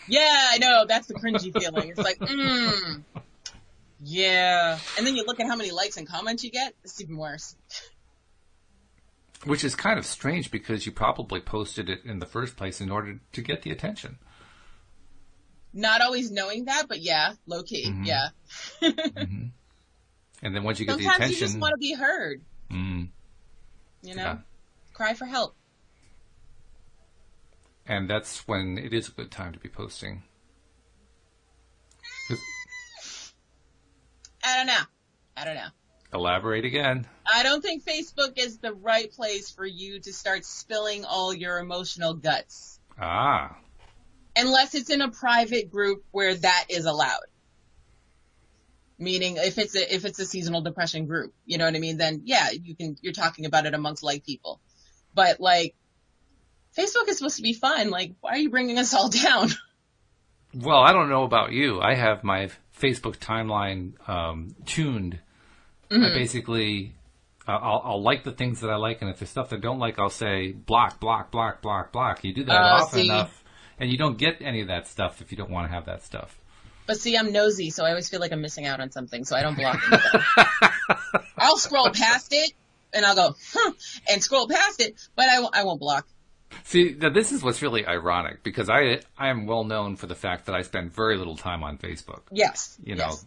Speaker 2: Yeah, I know, that's the cringy feeling. It's like, mm. Yeah. And then you look at how many likes and comments you get, it's even worse.
Speaker 1: Which is kind of strange because you probably posted it in the first place in order to get the attention.
Speaker 2: Not always knowing that, but yeah, low key, yeah.
Speaker 1: And then once you Mm-hmm. get the
Speaker 2: Sometimes you
Speaker 1: attention,
Speaker 2: just wanna be heard,
Speaker 1: mm,
Speaker 2: you know?
Speaker 1: Yeah.
Speaker 2: Cry for help.
Speaker 1: and that's when it is a good time to be posting.
Speaker 2: I don't know. I don't know.
Speaker 1: Elaborate again.
Speaker 2: I don't think Facebook is the right place for you to start spilling all your emotional guts.
Speaker 1: Ah,
Speaker 2: Unless it's in a private group where that is allowed. Meaning if it's a, if it's a seasonal depression group, you know what I mean? Then yeah, you can, you're talking about it amongst like people. But like, Facebook is supposed to be fun. Like, why are you bringing us all down?
Speaker 1: well, I don't know about you. I have my Facebook timeline um, tuned. I
Speaker 2: Mm-hmm.
Speaker 1: basically, uh, I'll, I'll like the things that I like, and if there's stuff that I don't like, I'll say block, block, block, block, block. You do that
Speaker 2: Oh,
Speaker 1: often
Speaker 2: see.
Speaker 1: enough, and you don't get any of that stuff if you don't want to have that stuff.
Speaker 2: But see, I'm nosy, so I always feel like I'm missing out on something, so I don't block anything. I'll scroll past it, and I'll go, huh, and scroll past it, but I w- I won't block.
Speaker 1: See, now this is what's really ironic because I I am well known for the fact that I spend very little time on Facebook.
Speaker 2: Yes.
Speaker 1: You know,
Speaker 2: yes.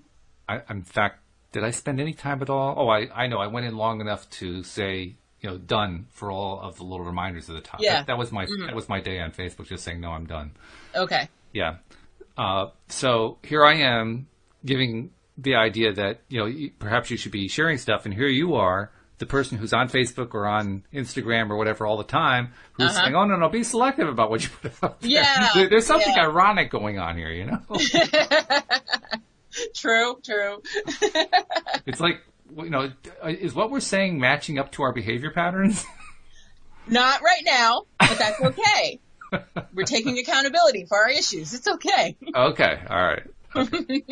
Speaker 1: I, in fact, did I spend any time at all? Oh, I, I know. I went in long enough to say, you know, done for all of the little reminders at the top.
Speaker 2: Yeah. Mm-hmm.
Speaker 1: That, that was my that was my day on Facebook, just saying no, I'm done.
Speaker 2: Okay.
Speaker 1: Yeah. Uh, so here I am giving the idea that you know you- perhaps you should be sharing stuff, and here you are, the person who's on Facebook or on Instagram or whatever all the time, who's
Speaker 2: Uh-huh.
Speaker 1: saying, "Oh no, no, be selective about what you put out." there."
Speaker 2: Yeah,
Speaker 1: There- there's something
Speaker 2: yeah.
Speaker 1: ironic going on here, you know.
Speaker 2: True, true.
Speaker 1: it's like you know, uh, is what we're saying matching up to our behavior patterns?
Speaker 2: Not right now, but that's okay. We're taking accountability for our issues. It's okay.
Speaker 1: okay, all right. Okay.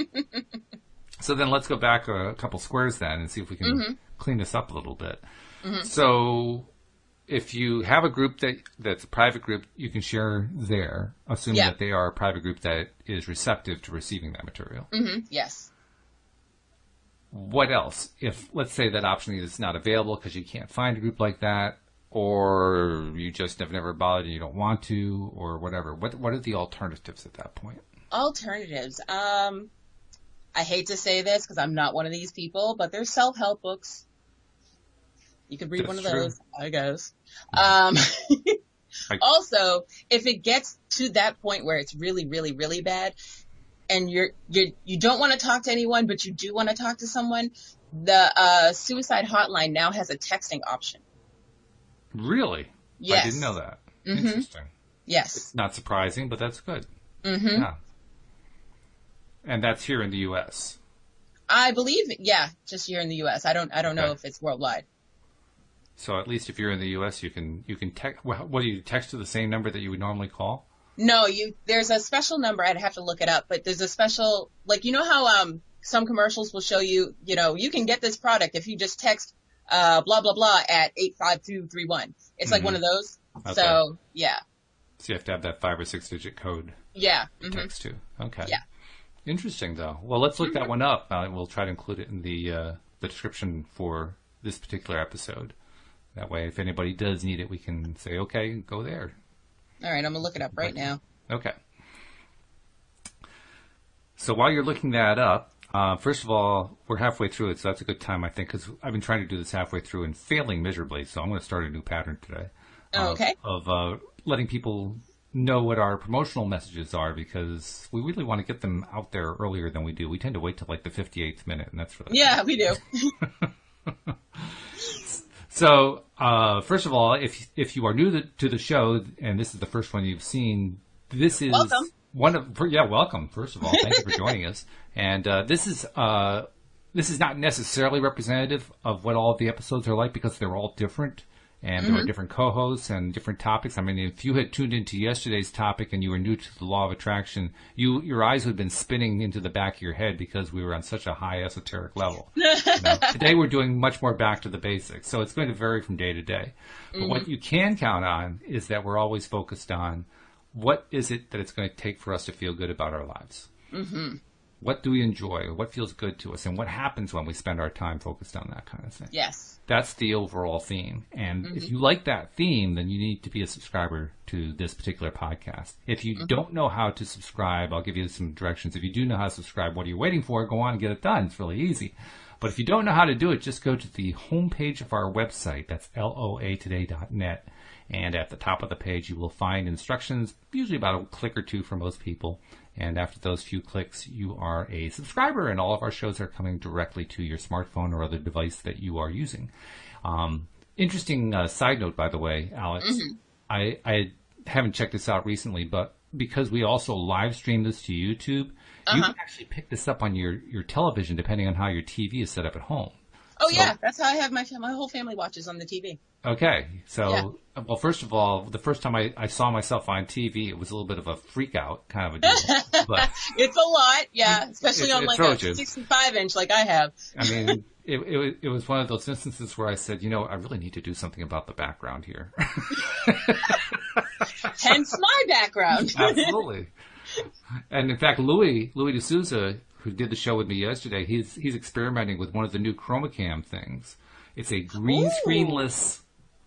Speaker 1: so then let's go back a, couple squares then and see if we can clean this up a little bit. Mm-hmm. So if you have a group that that's a private group, you can share there, assuming
Speaker 2: Yeah.
Speaker 1: that they are a private group that is receptive to receiving that material.
Speaker 2: yes.
Speaker 1: What else? If let's say that option is not available because you can't find a group like that. Or you just have never bothered and you don't want to, or whatever. What what are the alternatives at that point?
Speaker 2: Alternatives. Um, I hate to say this because I'm not one of these people, but there's self-help books. You could read
Speaker 1: That's
Speaker 2: one of
Speaker 1: true.
Speaker 2: those, I guess. Um, also, if it gets to that point where it's really, really, really bad, and you're you you don't want to talk to anyone, but you do want to talk to someone, the uh, suicide hotline now has a texting option.
Speaker 1: Really?
Speaker 2: Yes.
Speaker 1: I didn't know that. Interesting.
Speaker 2: Yes,
Speaker 1: Not surprising, but that's good. Mm-hmm. Yeah. And that's here in the U.S.
Speaker 2: I believe. Yeah, just here in the U.S. I don't I don't know
Speaker 1: Okay.
Speaker 2: if it's worldwide.
Speaker 1: So at least if you're in the U.S., you can you can text. What do you text to the same number that you would normally call?
Speaker 2: No, you. There's a special number. I'd have to look it up, but there's a special like you know how um some commercials will show you you know you can get this product if you just text uh blah blah blah at eight five two three one. It's like
Speaker 1: Mhm.
Speaker 2: one of those.
Speaker 1: Okay.
Speaker 2: So yeah,
Speaker 1: So you have to have that five or six digit code
Speaker 2: yeah.
Speaker 1: to
Speaker 2: mhm.
Speaker 1: text to. Okay.
Speaker 2: Yeah.
Speaker 1: Interesting though. Well, let's look that one up. Uh, we'll try to include it in the uh, the description for this particular episode. That way, if anybody does need it, we can say, okay, go there.
Speaker 2: All right, I'm gonna look it up right now.
Speaker 1: Okay. So while you're looking that up, uh, first of all, we're halfway through it, so that's a good time, I think, because I've been trying to do this halfway through and failing miserably. So I'm going to start a new pattern today.
Speaker 2: Oh,
Speaker 1: of-
Speaker 2: okay.
Speaker 1: Of uh, letting people know what our promotional messages are because we really want to get them out there earlier than we do. We tend to wait till like the 58th minute, and that's really
Speaker 2: Yeah, we do.
Speaker 1: So, uh, first of all, if if you are new to, to the show and this is the first one you've seen, this is
Speaker 2: Welcome.
Speaker 1: one of for- yeah, welcome. First of all, thank you for joining us. And uh, this is uh, this is not necessarily representative of what all of the episodes are like because they're all different and there are different co-hosts and different topics. I mean, if you had tuned into yesterday's topic and you were new to the law of attraction, you your eyes would have been spinning into the back of your head because we were on such a high esoteric level. No. Today we're doing much more back to the basics, so it's going to vary from day to day. But what you can count on is that we're always focused on what is it that it's going to take for us to feel good about our lives. Mm-hmm. What do we enjoy? What feels good to us? And what happens when we spend our time focused on that kind of thing?
Speaker 2: Yes.
Speaker 1: That's the overall theme. And if you like that theme, then you need to be a subscriber to this particular podcast. If you don't know how to subscribe, I'll give you some directions. If you do know how to subscribe, what are you waiting for? Go on and get it done. It's really easy. But if you don't know how to do it, just go to the homepage of our website. That's loatoday.net. And at the top of the page, you will find instructions, usually about a click or two for most people. And after those few clicks, you are a subscriber, and all of our shows are coming directly to your smartphone or other device that you are using. Um, interesting uh, side note, by the way, Alex. I, I haven't checked this out recently, but because we also live stream this to YouTube, you can actually pick this up on your, your television depending on how your TV is set up at home.
Speaker 2: Oh
Speaker 1: So-
Speaker 2: yeah, that's how I have my fam- my whole family watches on the TV.
Speaker 1: Okay. So, well, first of all, the first time I, I saw myself on TV, it was a little bit of a freak out kind of a deal. but
Speaker 2: It's a lot, yeah, especially
Speaker 1: It-
Speaker 2: on
Speaker 1: it
Speaker 2: like
Speaker 1: throws
Speaker 2: a
Speaker 1: you.
Speaker 2: 65 inch like I have.
Speaker 1: I mean, it, it, was- it was one of those instances where I said, you know, I really need to do something about the background here.
Speaker 2: Hence my background.
Speaker 1: Absolutely. And in fact, Louis Louis D'Souza, who did the show with me yesterday, he's he's experimenting with one of the new chroma cam things. It's a green
Speaker 2: Ooh.
Speaker 1: screenless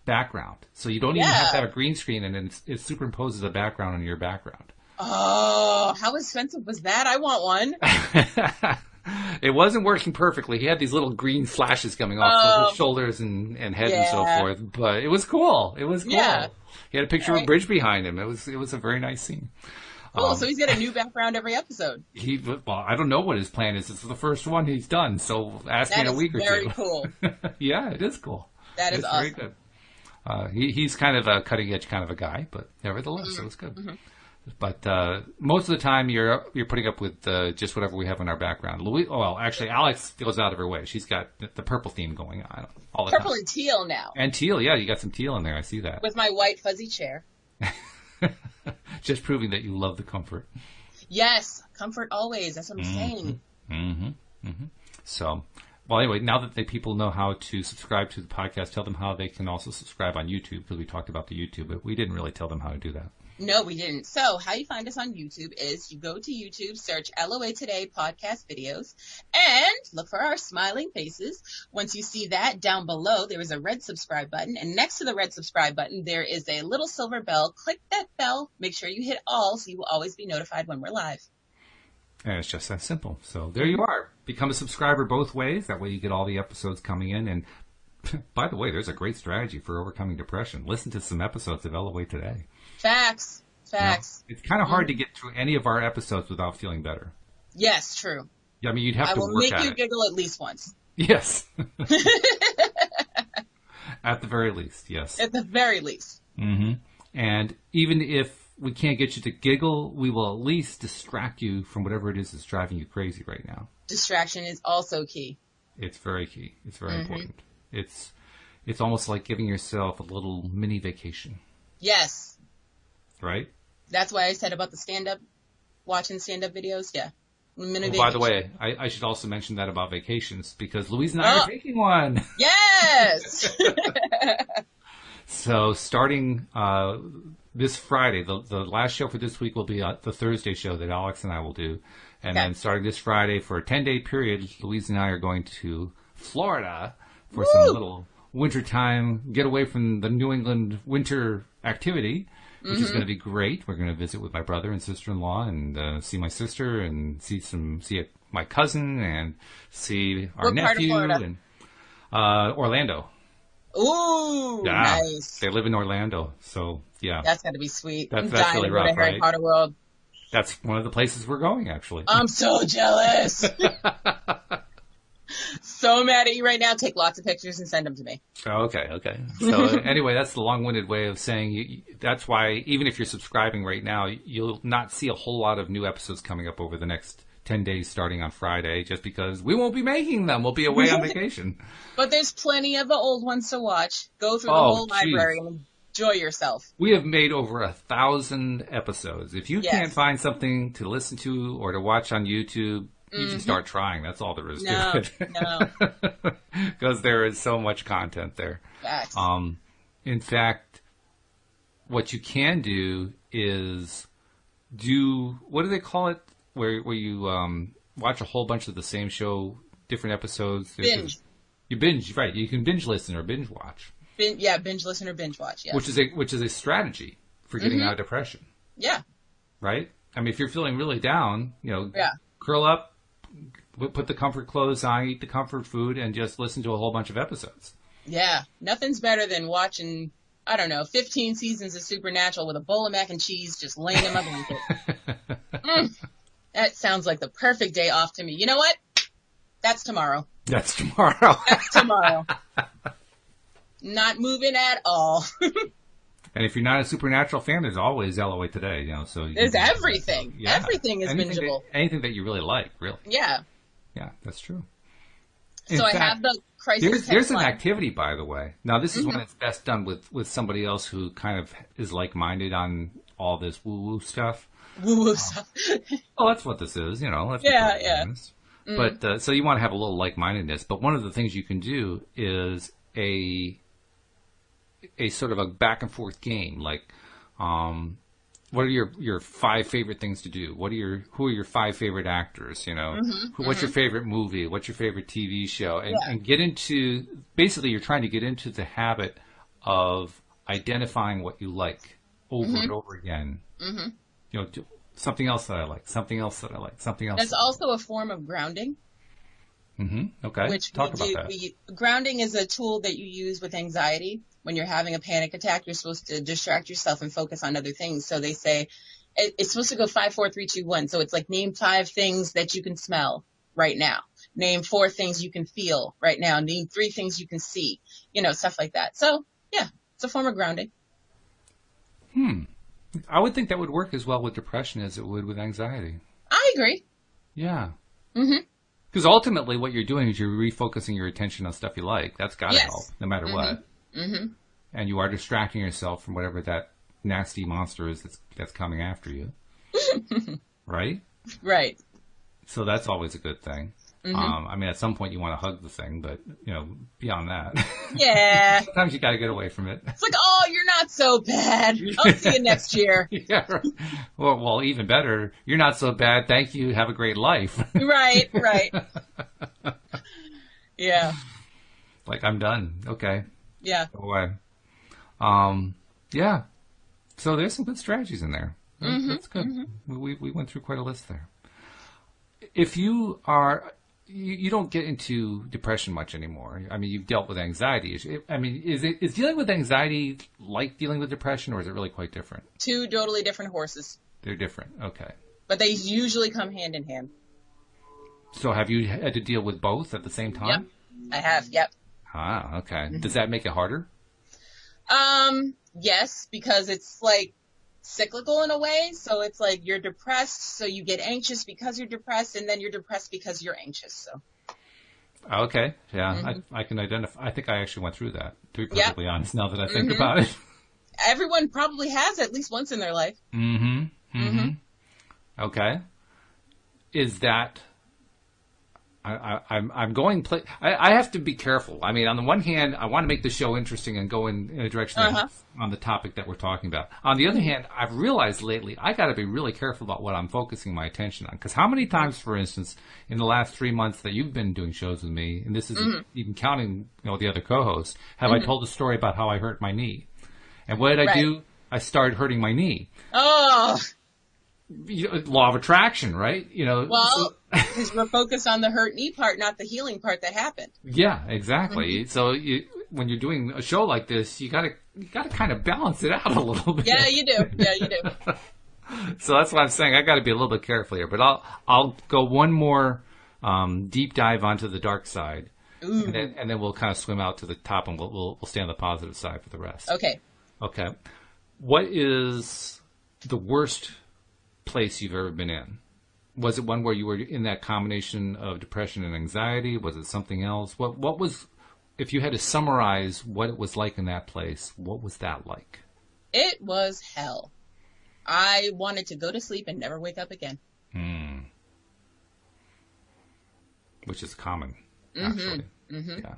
Speaker 1: background, so you don't even
Speaker 2: Yeah.
Speaker 1: have to have a green screen, and then it's, it superimposes a background on your background.
Speaker 2: oh, how expensive was that? I want one.
Speaker 1: it wasn't working perfectly. He had these little green flashes coming off
Speaker 2: Oh.
Speaker 1: his shoulders and, and head and so
Speaker 2: Yeah.
Speaker 1: forth. But it was cool. It was cool.
Speaker 2: Yeah.
Speaker 1: He had a picture of a
Speaker 2: Alright.
Speaker 1: bridge behind him. It was it was a very nice scene.
Speaker 2: Cool.
Speaker 1: Um,
Speaker 2: so he's got a new background every episode.
Speaker 1: He well, I don't know what his plan is. It's the first one he's done, so ask me in
Speaker 2: That is
Speaker 1: a week or
Speaker 2: very
Speaker 1: two.
Speaker 2: cool.
Speaker 1: yeah, it is cool.
Speaker 2: That is
Speaker 1: it's very
Speaker 2: awesome.
Speaker 1: good. Uh, he, he's kind of a cutting edge kind of a guy, but nevertheless,
Speaker 2: Mm-hmm.
Speaker 1: it was good. But uh, most of the time, you're you're putting up with uh, just whatever we have in our background. Louis, oh, well, actually, Alex goes out of her way. She's got the, the purple theme going on all the
Speaker 2: Purple
Speaker 1: time.
Speaker 2: and teal now
Speaker 1: And teal, yeah, you got some teal in there. I see that.
Speaker 2: with my white fuzzy chair.
Speaker 1: Just proving that you love the comfort.
Speaker 2: Yes, comfort always. That's what I'm
Speaker 1: Mm-hmm.
Speaker 2: saying.
Speaker 1: So, well, anyway, now that the people know how to subscribe to the podcast, tell them how they can also subscribe on YouTube because we talked about the YouTube, but we didn't really tell them how to do that.
Speaker 2: No, we didn't. So how you find us on YouTube is you go to YouTube, search LOA Today podcast videos, and look for our smiling faces. Once you see that down below, there is a red subscribe button, and next to the red subscribe button, there is a little silver bell. Click that bell. Make sure you hit all so you will always be notified when we're live.
Speaker 1: And it's just that simple. So there you are. Become a subscriber both ways. That way you get all the episodes coming in. And by the way, there's a great strategy for overcoming depression. Listen to some episodes of LOA today.
Speaker 2: Facts.
Speaker 1: You know,
Speaker 2: Facts.
Speaker 1: it's kind of hard to get through any of our episodes without feeling better.
Speaker 2: Yes, true.
Speaker 1: I mean, you'd have
Speaker 2: I
Speaker 1: to
Speaker 2: will
Speaker 1: work
Speaker 2: make
Speaker 1: at
Speaker 2: you
Speaker 1: it.
Speaker 2: giggle at least once.
Speaker 1: Yes. at the very least, yes.
Speaker 2: At the very least.
Speaker 1: Mm-hmm. And even if we can't get you to giggle, we will at least distract you from whatever it is that's driving you crazy right now.
Speaker 2: Distraction is also key.
Speaker 1: It's very key. It's very important. It's it's almost like giving yourself a little mini vacation,
Speaker 2: Yes.
Speaker 1: right?
Speaker 2: That's why I said about the stand up, watching stand up videos. Yeah. Minute
Speaker 1: Oh, by the way, I, I should also mention that about vacations because Louise and I
Speaker 2: Oh.
Speaker 1: are taking one.
Speaker 2: Yes.
Speaker 1: So starting uh, this Friday, the, the last show for this week will be uh, the Thursday show that Alex and I will do. And
Speaker 2: Okay.
Speaker 1: then starting this Friday for a 10 day period, Louise and I are going to Florida for some
Speaker 2: Woo!
Speaker 1: little wintertime get away from the New England winter activity, which
Speaker 2: Mm-hmm.
Speaker 1: is going to be great. We're going to visit with my brother and sister in law and uh, see my sister and see some, see my cousin and see our
Speaker 2: What part of
Speaker 1: nephew
Speaker 2: Florida?
Speaker 1: and uh, Orlando.
Speaker 2: Ooh.
Speaker 1: Yeah,
Speaker 2: Nice.
Speaker 1: They live in Orlando, so yeah,
Speaker 2: That's got to be sweet.
Speaker 1: That's-
Speaker 2: I'm
Speaker 1: that's
Speaker 2: dying
Speaker 1: really
Speaker 2: to go to
Speaker 1: rough,
Speaker 2: Harry
Speaker 1: right?
Speaker 2: Potter World.
Speaker 1: that's one of the places we're going actually.
Speaker 2: I'm so jealous. so mad at you right now. Take lots of pictures and send them to me.
Speaker 1: okay, okay. So anyway, that's the long-winded way of saying you, you- that's why even if you're subscribing right now, you'll not see a whole lot of new episodes coming up over the next. 10 days starting on Friday just because we won't be making them. We'll be away on vacation.
Speaker 2: But there's plenty of the old ones to watch. Go through the
Speaker 1: Oh,
Speaker 2: whole
Speaker 1: geez.
Speaker 2: library and enjoy yourself.
Speaker 1: We have made over a thousand episodes. If you
Speaker 2: Yes.
Speaker 1: can't find something to listen to or to watch on YouTube, you should start trying. That's all there is
Speaker 2: Mm-hmm. No,
Speaker 1: to it.
Speaker 2: no.
Speaker 1: Because there is so much content there.
Speaker 2: Facts.
Speaker 1: Um, in fact, what you can do is do what do they call it? Where where you um, watch a whole bunch of the same show, different episodes. There's-
Speaker 2: Binge.
Speaker 1: You binge, right? You can binge listen or binge watch,
Speaker 2: Bin- yeah, binge listen or binge watch. Yeah. Mm-hmm.
Speaker 1: which is a which is a strategy for getting out of depression,
Speaker 2: yeah.
Speaker 1: right? I mean, if you're feeling really down, you know,
Speaker 2: Yeah.
Speaker 1: curl up, w- put the comfort clothes on, eat the comfort food, and just listen to a whole bunch of episodes.
Speaker 2: Yeah. Nothing's better than watching, I don't know, 15 seasons of Supernatural with a bowl of mac and cheese just laying in my blanket. Mm. that sounds like the perfect day off to me. You know what? That's tomorrow.
Speaker 1: That's tomorrow.
Speaker 2: Tomorrow. Not moving at all.
Speaker 1: And if you're not a supernatural fan, there's always LOA today, you know. So you
Speaker 2: There's
Speaker 1: can-
Speaker 2: everything. Everything is
Speaker 1: Anything that-
Speaker 2: bingeable.
Speaker 1: anything that you really like, really.
Speaker 2: Yeah.
Speaker 1: Yeah, that's true. In
Speaker 2: So I
Speaker 1: fact,
Speaker 2: have the crisis
Speaker 1: There's
Speaker 2: text
Speaker 1: there's an
Speaker 2: line.
Speaker 1: activity, by the way. Now this is
Speaker 2: Mm-hmm.
Speaker 1: when it's best done with with somebody else who kind of is like minded on all this woo woo stuff.
Speaker 2: Woo woo stuff.
Speaker 1: Oh, that's what this is, you know. Let's be
Speaker 2: Yeah,
Speaker 1: perfectly
Speaker 2: yeah. Mm-hmm.
Speaker 1: honest. But uh, so you want to have a little like-mindedness. But one of the things you can do is a a sort of a back and forth game. Like, um, what are your your five favorite things to do? What are your who are your five favorite actors? You know,
Speaker 2: Mm-hmm,
Speaker 1: Who- what's your favorite movie? What's your favorite TV show? And, and get into basically you're trying to get into the habit of identifying what you like over
Speaker 2: Mm-hmm.
Speaker 1: and over again you know, do something else that I like, something else that I like, something else.
Speaker 2: That's also a form of grounding.
Speaker 1: mm-hmm. Okay,
Speaker 2: which
Speaker 1: talk
Speaker 2: we
Speaker 1: about
Speaker 2: do,
Speaker 1: that.
Speaker 2: we grounding is a tool that you use with anxiety when you're having a panic attack you're supposed to distract yourself and focus on other things so they say it, it's supposed to go five four three two one so it's like name five things that you can smell right now name four things you can feel right now name three things you can see you know stuff like that so yeah it's a form of grounding
Speaker 1: I would think that would work as well with depression as it would with anxiety.
Speaker 2: i agree
Speaker 1: Yeah. Because mm-hmm. ultimately, what you're doing is you're refocusing your attention on stuff you like. That's got to
Speaker 2: Yes.
Speaker 1: help, no matter what. Mm-hmm. And you are distracting yourself from whatever that nasty monster is that's that's coming after you, right?
Speaker 2: right
Speaker 1: So that's always a good thing. Um, I mean, at some point you want to hug the thing, but you know, beyond that,
Speaker 2: yeah
Speaker 1: sometimes you got to get away from it.
Speaker 2: it's like oh you're not so bad i'll see you next year
Speaker 1: yeah. right. Well, well, even better. You're not so bad. Thank you. Have a great life.
Speaker 2: right right yeah
Speaker 1: like I'm done. Okay,
Speaker 2: yeah
Speaker 1: go away. Um, yeah. So there's some good strategies in there. That- That's good. We- We we went through quite a list there. If you are you, you don't get into depression much anymore. I mean, you've dealt with anxiety. Is- I mean, is it is dealing with anxiety like dealing with depression, or is it really quite different?
Speaker 2: two totally different horses,
Speaker 1: They're different. Okay.
Speaker 2: but they usually come hand in hand.
Speaker 1: So have you had to deal with both at the same time?
Speaker 2: Yep. I have, yep.
Speaker 1: Ah, okay. Does that make it harder?
Speaker 2: Um, yes, because it's like cyclical in a way. So it's like you're depressed, so you get anxious because you're depressed, and then you're depressed because you're anxious. So
Speaker 1: Okay. Yeah. I, I can identify. I think I actually went through that, to be perfectly honest, now that I think about it.
Speaker 2: Everyone probably has at least once in their life.
Speaker 1: Mm-hmm. Mm-hmm. Okay. Is that? I, I, I'm I'm going. Play, I, I have to be careful. I mean, on the one hand, I want to make the show interesting and go in, in a direction that-
Speaker 2: Uh-huh.
Speaker 1: on the topic that we're talking about. On the other hand, I've realized lately I got to be really careful about what I'm focusing my attention on. Because how many times, for instance, in the last three months that you've been doing shows with me, and this is
Speaker 2: Mm-hmm.
Speaker 1: even counting you know the other co-hosts, have I told a story about how I hurt my knee? And what did I
Speaker 2: Right.
Speaker 1: do? I started hurting my knee.
Speaker 2: Oh,
Speaker 1: you know, law of attraction, right? You know,
Speaker 2: well,
Speaker 1: so-
Speaker 2: because we're focused on the hurt knee part, not the healing part that happened.
Speaker 1: yeah, exactly. So you, when you're doing a show like this, you gotta you gotta kind of balance it out a little bit.
Speaker 2: Yeah, you do. Yeah, you do.
Speaker 1: So that's what I'm saying. I gotta be a little bit careful here, but I'll I'll go one more um, deep dive onto the dark side, and then and then we'll kind of swim out to the top, and we'll we'll, we'll stay on the positive side for the rest.
Speaker 2: Okay.
Speaker 1: okay. What is the worst place you've ever been in? Was it one where you were in that combination of depression and anxiety? Was it something else? What what was if you had to summarize what it was like in that place, what was that like?
Speaker 2: It was hell. I wanted to go to sleep and never wake up again.
Speaker 1: Which is common,
Speaker 2: Mm-hmm.
Speaker 1: actually. Yeah.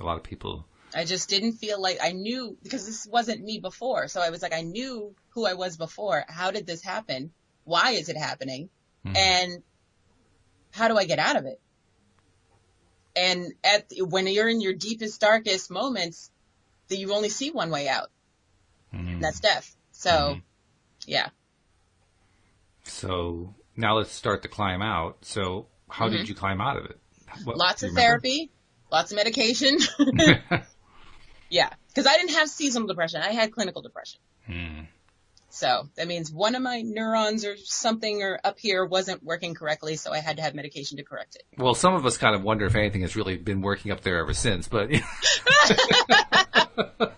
Speaker 1: A lot of people
Speaker 2: I just didn't feel like I knew because this wasn't me before. So I was like, I knew who I was before. How did this happen? Why is it happening? And how do I get out of it? And at when you're in your deepest, darkest moments, that you only see one way out. And that's death. So yeah.
Speaker 1: so now let's start to climb out. So how did you climb out of it? What-
Speaker 2: Mm-hmm. lots
Speaker 1: do you
Speaker 2: of
Speaker 1: remember?
Speaker 2: therapy, lots of medication. yeah, because I didn't have seasonal depression. I had clinical depression.
Speaker 1: Hmm.
Speaker 2: So that means one of my neurons or something or up here wasn't working correctly, so I had to have medication to correct it.
Speaker 1: Well, some of us kind of wonder if anything has really been working up there ever since, but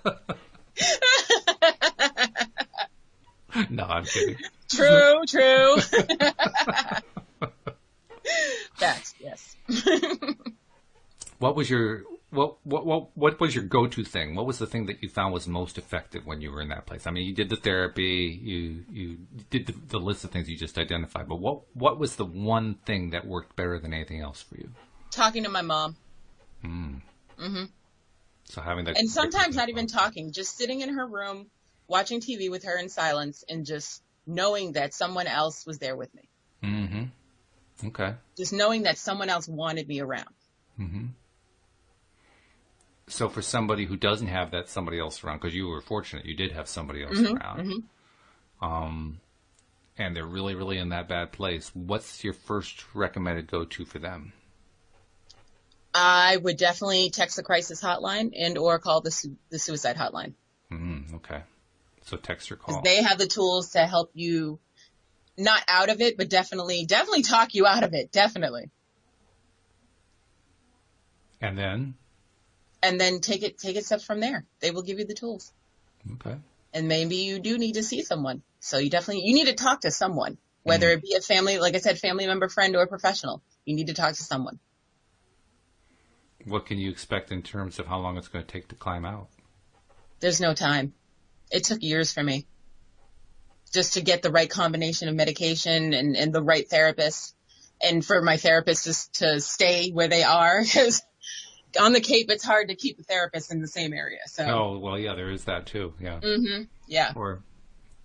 Speaker 1: No, I'm kidding.
Speaker 2: True, true. Facts, yes.
Speaker 1: What was your what what what, what was your go to thing? What was the thing that you found was most effective when you were in that place? I mean, you did the therapy, you you did the, the list of things you just identified, but what what was the one thing that worked better than anything else for you?
Speaker 2: Talking to my mom.
Speaker 1: So having that
Speaker 2: And sometimes not even talking, just sitting in her room, watching TV with her in silence and just knowing that someone else was there with me.
Speaker 1: okay.
Speaker 2: just knowing that someone else wanted me around.
Speaker 1: So for somebody who doesn't have that somebody else around, because you were fortunate, you did have somebody else around. Um, and they're really, really in that bad place. What's your first recommended go to for them?
Speaker 2: I would definitely text the crisis hotline and or call the su- the suicide hotline.
Speaker 1: Mm, okay. So text or call.
Speaker 2: 'Cause They have the tools to help you not out of it, but definitely definitely talk you out of it, definitely.
Speaker 1: and then?
Speaker 2: And then take it take it steps from there. They will give you the tools.
Speaker 1: Okay.
Speaker 2: And maybe you do need to see someone. So you definitely you need to talk to someone, whether it be a family, like I said, family member, friend or professional. You need to talk to someone.
Speaker 1: What can you expect in terms of how long it's going to take to climb out?
Speaker 2: There's no time. It took years for me just to get the right combination of medication and, and the right therapist and for my therapists just to stay where they are 'cause on the Cape, it's hard to keep a therapist in the same area. So
Speaker 1: Oh, well, yeah, there is that too. Yeah.
Speaker 2: yeah.
Speaker 1: Or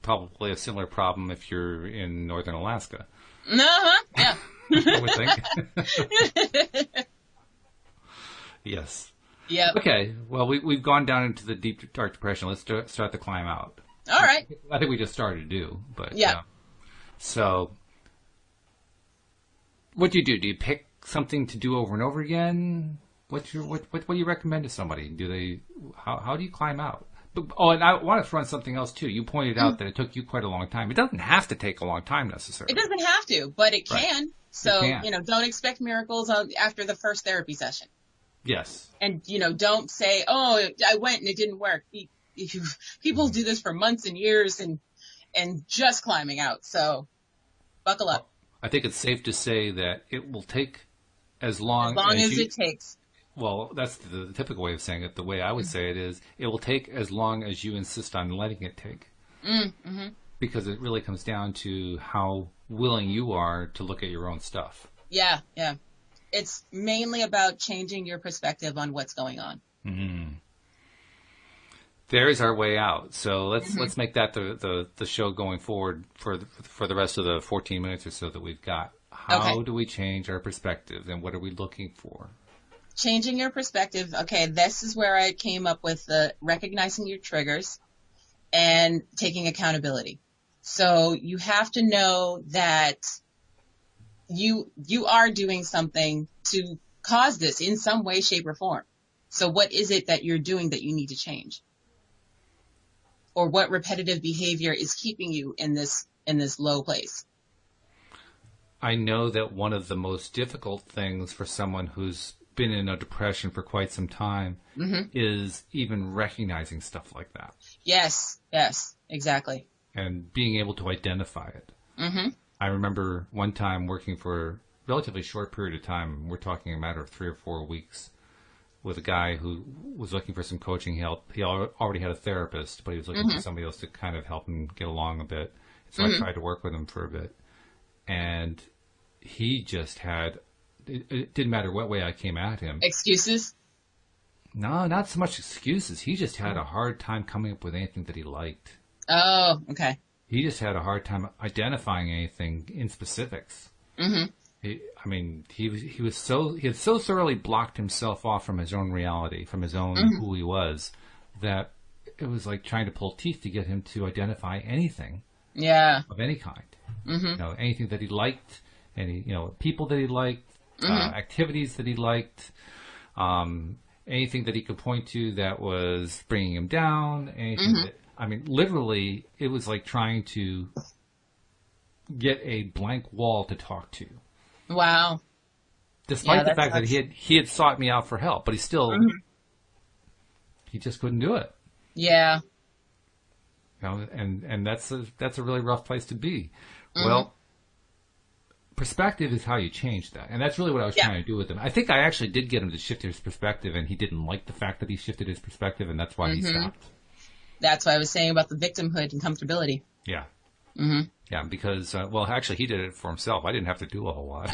Speaker 1: probably a similar problem if you're in northern Alaska.
Speaker 2: Uh-huh. Yeah.
Speaker 1: I would think. yes.
Speaker 2: Yeah.
Speaker 1: Okay. Well, we, we've gone down into the deep, dark depression. Let's do, start the climb out.
Speaker 2: All right.
Speaker 1: I think we just started to do, but uh,
Speaker 2: Yeah.
Speaker 1: So, what do you do? Do you pick something to do over and over again? What's your what? What, what do you recommend to somebody? Do they? How how do you climb out? But, oh, and I want to throw in something else too. You pointed out that it took you quite a long time. It doesn't have to take a long time necessarily.
Speaker 2: Mm. It doesn't have to, but it
Speaker 1: Right.
Speaker 2: can. So,
Speaker 1: can.
Speaker 2: you know, don't expect miracles on, after the first therapy session.
Speaker 1: Yes.
Speaker 2: and you know don't say oh i went and it didn't work Pe- people do this for months and years and and just climbing out so buckle up
Speaker 1: I think it's safe to say that it will take as long
Speaker 2: as long as,
Speaker 1: you-
Speaker 2: it takes.
Speaker 1: well, that's the typical way of saying it. The way I would say it is, it will take as long as you insist on letting it take.
Speaker 2: Mm-hmm.
Speaker 1: Because it really comes down to how willing you are to look at your own stuff.
Speaker 2: Yeah, yeah. It's mainly about changing your perspective on what's going on.
Speaker 1: There's our way out. So let's
Speaker 2: Mm-hmm.
Speaker 1: let's make that the, the, the show going forward for the, for the rest of the 14 minutes or so that we've got. How
Speaker 2: Okay.
Speaker 1: do we change our perspective, and what are we looking for?
Speaker 2: Changing your perspective. Okay, this is where I came up with the recognizing your triggers and taking accountability. So you have to know that you you are doing something to cause this in some way, shape, or form. So what is it that you're doing that you need to change? Or what repetitive behavior is keeping you in this in this low place?
Speaker 1: I know that one of the most difficult things for someone who's been in a depression for quite some time is even recognizing stuff like that
Speaker 2: Yes, yes, exactly.
Speaker 1: and being able to identify it.
Speaker 2: hmm
Speaker 1: I remember one time working for a relatively short period of time. We're talking a matter of three or four weeks with a guy who was looking for some coaching help. He al- already had a therapist, but he was looking for somebody else to kind of help him get along a bit. So I tried to work with him for a bit. And he just had, it, it didn't matter what way I came at him.
Speaker 2: Excuses?
Speaker 1: No, not so much excuses. He just had a hard time coming up with anything that he liked.
Speaker 2: Oh, okay.
Speaker 1: he just had a hard time identifying anything in specifics. Mm-hmm. He, I mean, he was he was so he had so thoroughly blocked himself off from his own reality, from his own who he was, that it was like trying to pull teeth to get him to identify anything
Speaker 2: Yeah.
Speaker 1: of any kind. Mm-hmm. You know, anything that he liked, any you know people that he liked, uh,
Speaker 2: Mm-hmm.
Speaker 1: activities that he liked, um, anything that he could point to that was bringing him down. Anything
Speaker 2: Mm-hmm.
Speaker 1: that, I mean, literally, it was like trying to get a blank wall to talk to.
Speaker 2: Wow.
Speaker 1: Despite
Speaker 2: Yeah,
Speaker 1: the
Speaker 2: that
Speaker 1: fact that
Speaker 2: sucks. Mm-hmm.
Speaker 1: he had he had sought me out for help, but he still he just couldn't do it.
Speaker 2: Yeah.
Speaker 1: You know, and and that's a that's a really rough place to be. Well, perspective is how you change that, and that's really what I was
Speaker 2: Yeah.
Speaker 1: trying to do with him. I think I actually did get him to shift his perspective, and he didn't like the fact that he shifted his perspective, and that's why he stopped.
Speaker 2: That's what I was saying about the victimhood and comfortability.
Speaker 1: Yeah. Mm-hmm. Yeah, because uh, well, actually, he did it for himself. I didn't have to do a whole lot.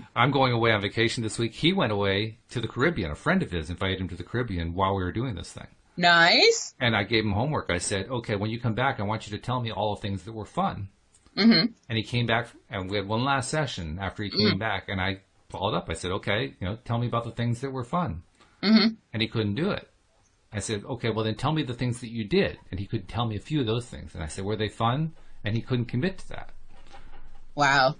Speaker 1: I'm going away on vacation this week. He went away to the Caribbean. A friend of his invited him to the Caribbean while we were doing this thing.
Speaker 2: Nice.
Speaker 1: And I gave him homework. I said, okay, when you come back, I want you to tell me all the things that were fun. Mm-hmm. And he came back, and we had one last session after he
Speaker 2: Mm-hmm.
Speaker 1: came back, and I followed up. I said, okay, you know, tell me about the things that were fun. Mm-hmm. And he couldn't do it. I said, okay, well, then tell me the things that you did. And he could tell me a few of those things. And I said, were they fun? And he couldn't commit to that.
Speaker 2: Wow.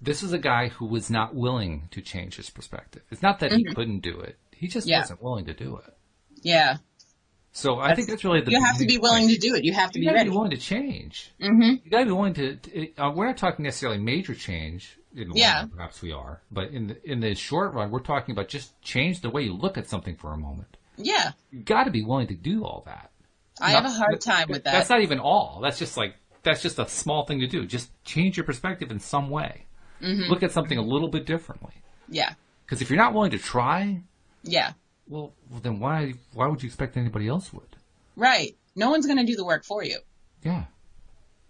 Speaker 1: This is a guy who was not willing to change his perspective. It's not that he couldn't do it, he just
Speaker 2: Mm-hmm. Yeah.
Speaker 1: wasn't willing to do it.
Speaker 2: Yeah.
Speaker 1: So I think that's really the
Speaker 2: You have to
Speaker 1: beginning
Speaker 2: be
Speaker 1: point.
Speaker 2: willing to do it. You have to
Speaker 1: you
Speaker 2: be
Speaker 1: gotta be
Speaker 2: ready.
Speaker 1: willing to change.
Speaker 2: hmm
Speaker 1: You gotta be willing to. to- uh, we're not talking necessarily major change. In the long
Speaker 2: Yeah.
Speaker 1: run, perhaps we are, but in the, in the short run, we're talking about just change the way you look at something for a moment.
Speaker 2: Yeah.
Speaker 1: You gotta be willing to do all that.
Speaker 2: I have a hard time with that.
Speaker 1: That's not even all. That's just like that's just a small thing to do. Just change your perspective in some way.
Speaker 2: Mm-hmm.
Speaker 1: Look at something a little bit differently.
Speaker 2: Yeah.
Speaker 1: Because if you're not willing to try,
Speaker 2: Yeah.
Speaker 1: well, well, then why why would you expect anybody else would?
Speaker 2: Right. No one's going to do the work for you.
Speaker 1: Yeah.